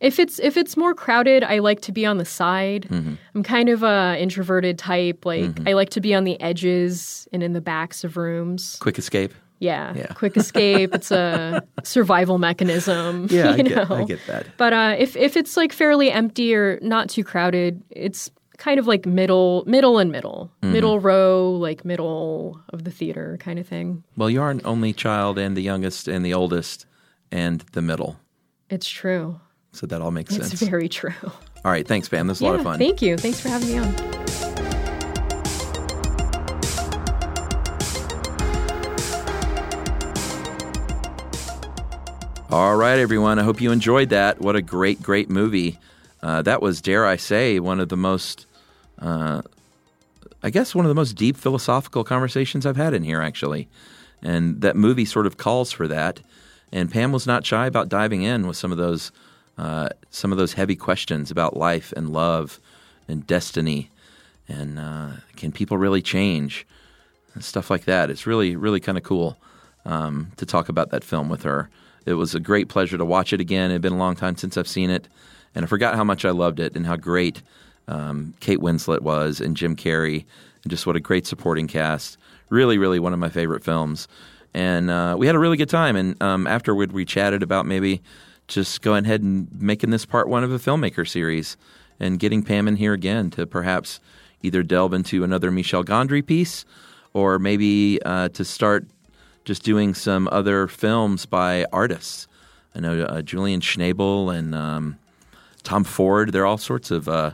Speaker 4: If it's if it's more crowded, I like to be on the side.
Speaker 3: Mhm.
Speaker 4: I'm kind of a introverted type. Like
Speaker 3: Mhm.
Speaker 4: I like to be on the edges and in the backs of rooms.
Speaker 3: Quick escape.
Speaker 4: Yeah,
Speaker 3: Yeah.
Speaker 4: quick escape. it's a survival mechanism.
Speaker 3: Yeah,
Speaker 4: you
Speaker 3: I, get,
Speaker 4: know?
Speaker 3: I get that.
Speaker 4: But uh, if if it's like fairly empty or not too crowded, it's kind of like middle middle and middle
Speaker 3: Mhm.
Speaker 4: middle row, like middle of the theater kind of thing.
Speaker 3: Well, you are an only child and the youngest and the oldest and the middle.
Speaker 4: It's true.
Speaker 3: So that all makes
Speaker 4: It's
Speaker 3: sense.
Speaker 4: very true.
Speaker 3: all right. Thanks, Pam. This was a lot of
Speaker 4: Yeah,
Speaker 3: fun.
Speaker 4: Thank you. Thanks for having me on.
Speaker 3: All right, everyone. I hope you enjoyed that. What a great, great movie. Uh, that was, dare I say, one of the most, uh, I guess, one of the most deep philosophical conversations I've had in here, actually. And that movie sort of calls for that. And Pam was not shy about diving in with some of those, uh, some of those heavy questions about life and love and destiny, and uh, can people really change, and stuff like that. It's really, really kind of cool um, to talk about that film with her. It was a great pleasure to watch it again. It had been a long time since I've seen it, and I forgot how much I loved it and how great um, Kate Winslet was and Jim Carrey, and just what a great supporting cast. Really, really one of my favorite films. And uh, we had a really good time. And um, afterward, we chatted about maybe just going ahead and making this part one of a filmmaker series and getting Pam in here again to perhaps either delve into another Michel Gondry piece or maybe uh, to start just doing some other films by artists. I know uh, Julian Schnabel and um, Tom Ford. There are all sorts of uh,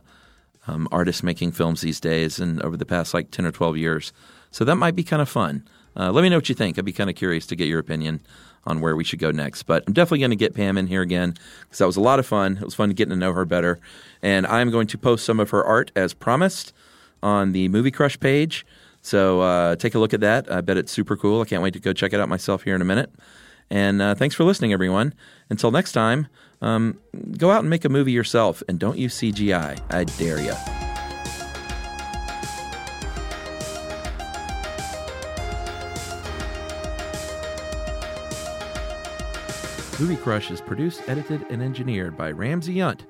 Speaker 3: um, artists making films these days and over the past like 10 or 12 years. So that might be kind of fun. Uh, let me know what you think. I'd be kind of curious to get your opinion on where we should go next. But I'm definitely going to get Pam in here again because that was a lot of fun. It was fun getting to know her better. And I'm going to post some of her art as promised on the Movie Crush page. So uh, take a look at that. I bet it's super cool. I can't wait to go check it out myself here in a minute. And uh, thanks for listening, everyone. Until next time, um, go out and make a movie yourself and don't use CGI. I dare you. Movie Crush is produced, edited, and engineered by Ramsey Yunt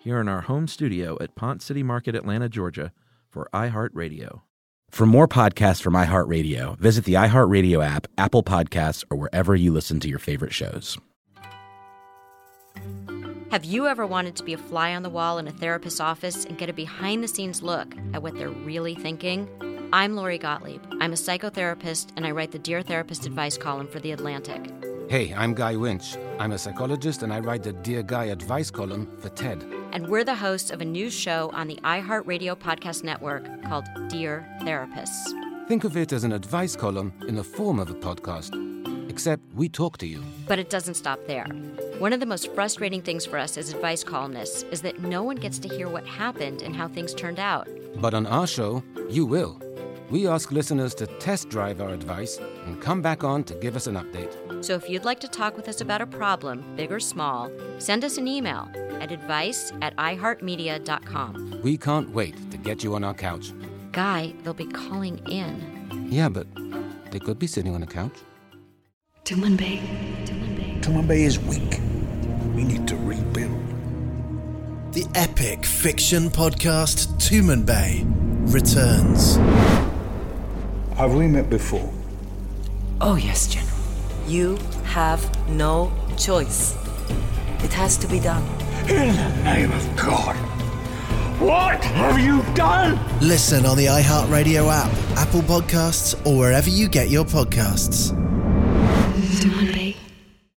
Speaker 3: here in our home studio at Pont City Market, Atlanta, Georgia, for iHeartRadio.
Speaker 2: For more podcasts from iHeartRadio, visit the iHeartRadio app, Apple Podcasts, or wherever you listen to your favorite shows.
Speaker 9: Have you ever wanted to be a fly on the wall in a therapist's office and get a behind the scenes look at what they're really thinking? I'm Lori Gottlieb. I'm a psychotherapist and I write the Dear Therapist advice column for The Atlantic.
Speaker 10: Hey, I'm Guy Winch. I'm a psychologist and I write the Dear Guy advice column for TED.
Speaker 9: And we're the hosts of a new show on the iHeartRadio podcast network called Dear Therapists.
Speaker 10: Think of it as an advice column in the form of a podcast. Except we talk to you.
Speaker 7: But it doesn't stop there. One of the most frustrating things for us as advice columnists is that no one gets to hear what happened and how things turned out.
Speaker 10: But on our show, you will. We ask listeners to test drive our advice and come back on to give us an update.
Speaker 7: So if you'd like to talk with us about a problem, big or small, send us an email at advice at iheartmedia.com.
Speaker 10: We can't wait to get you on our couch.
Speaker 7: Guy, they'll be calling in.
Speaker 10: Yeah, but they could be sitting on a couch.
Speaker 11: Tumun Bay.
Speaker 5: Tumun Bay is weak. We need to rebuild.
Speaker 12: The epic fiction podcast Tumen Bay returns.
Speaker 5: Have we met before?
Speaker 11: Oh, yes, General. You have no choice. It has to be done.
Speaker 5: In the name of God, what have you done?
Speaker 12: Listen on the iHeartRadio app, Apple Podcasts, or wherever you get your podcasts.
Speaker 11: Tumun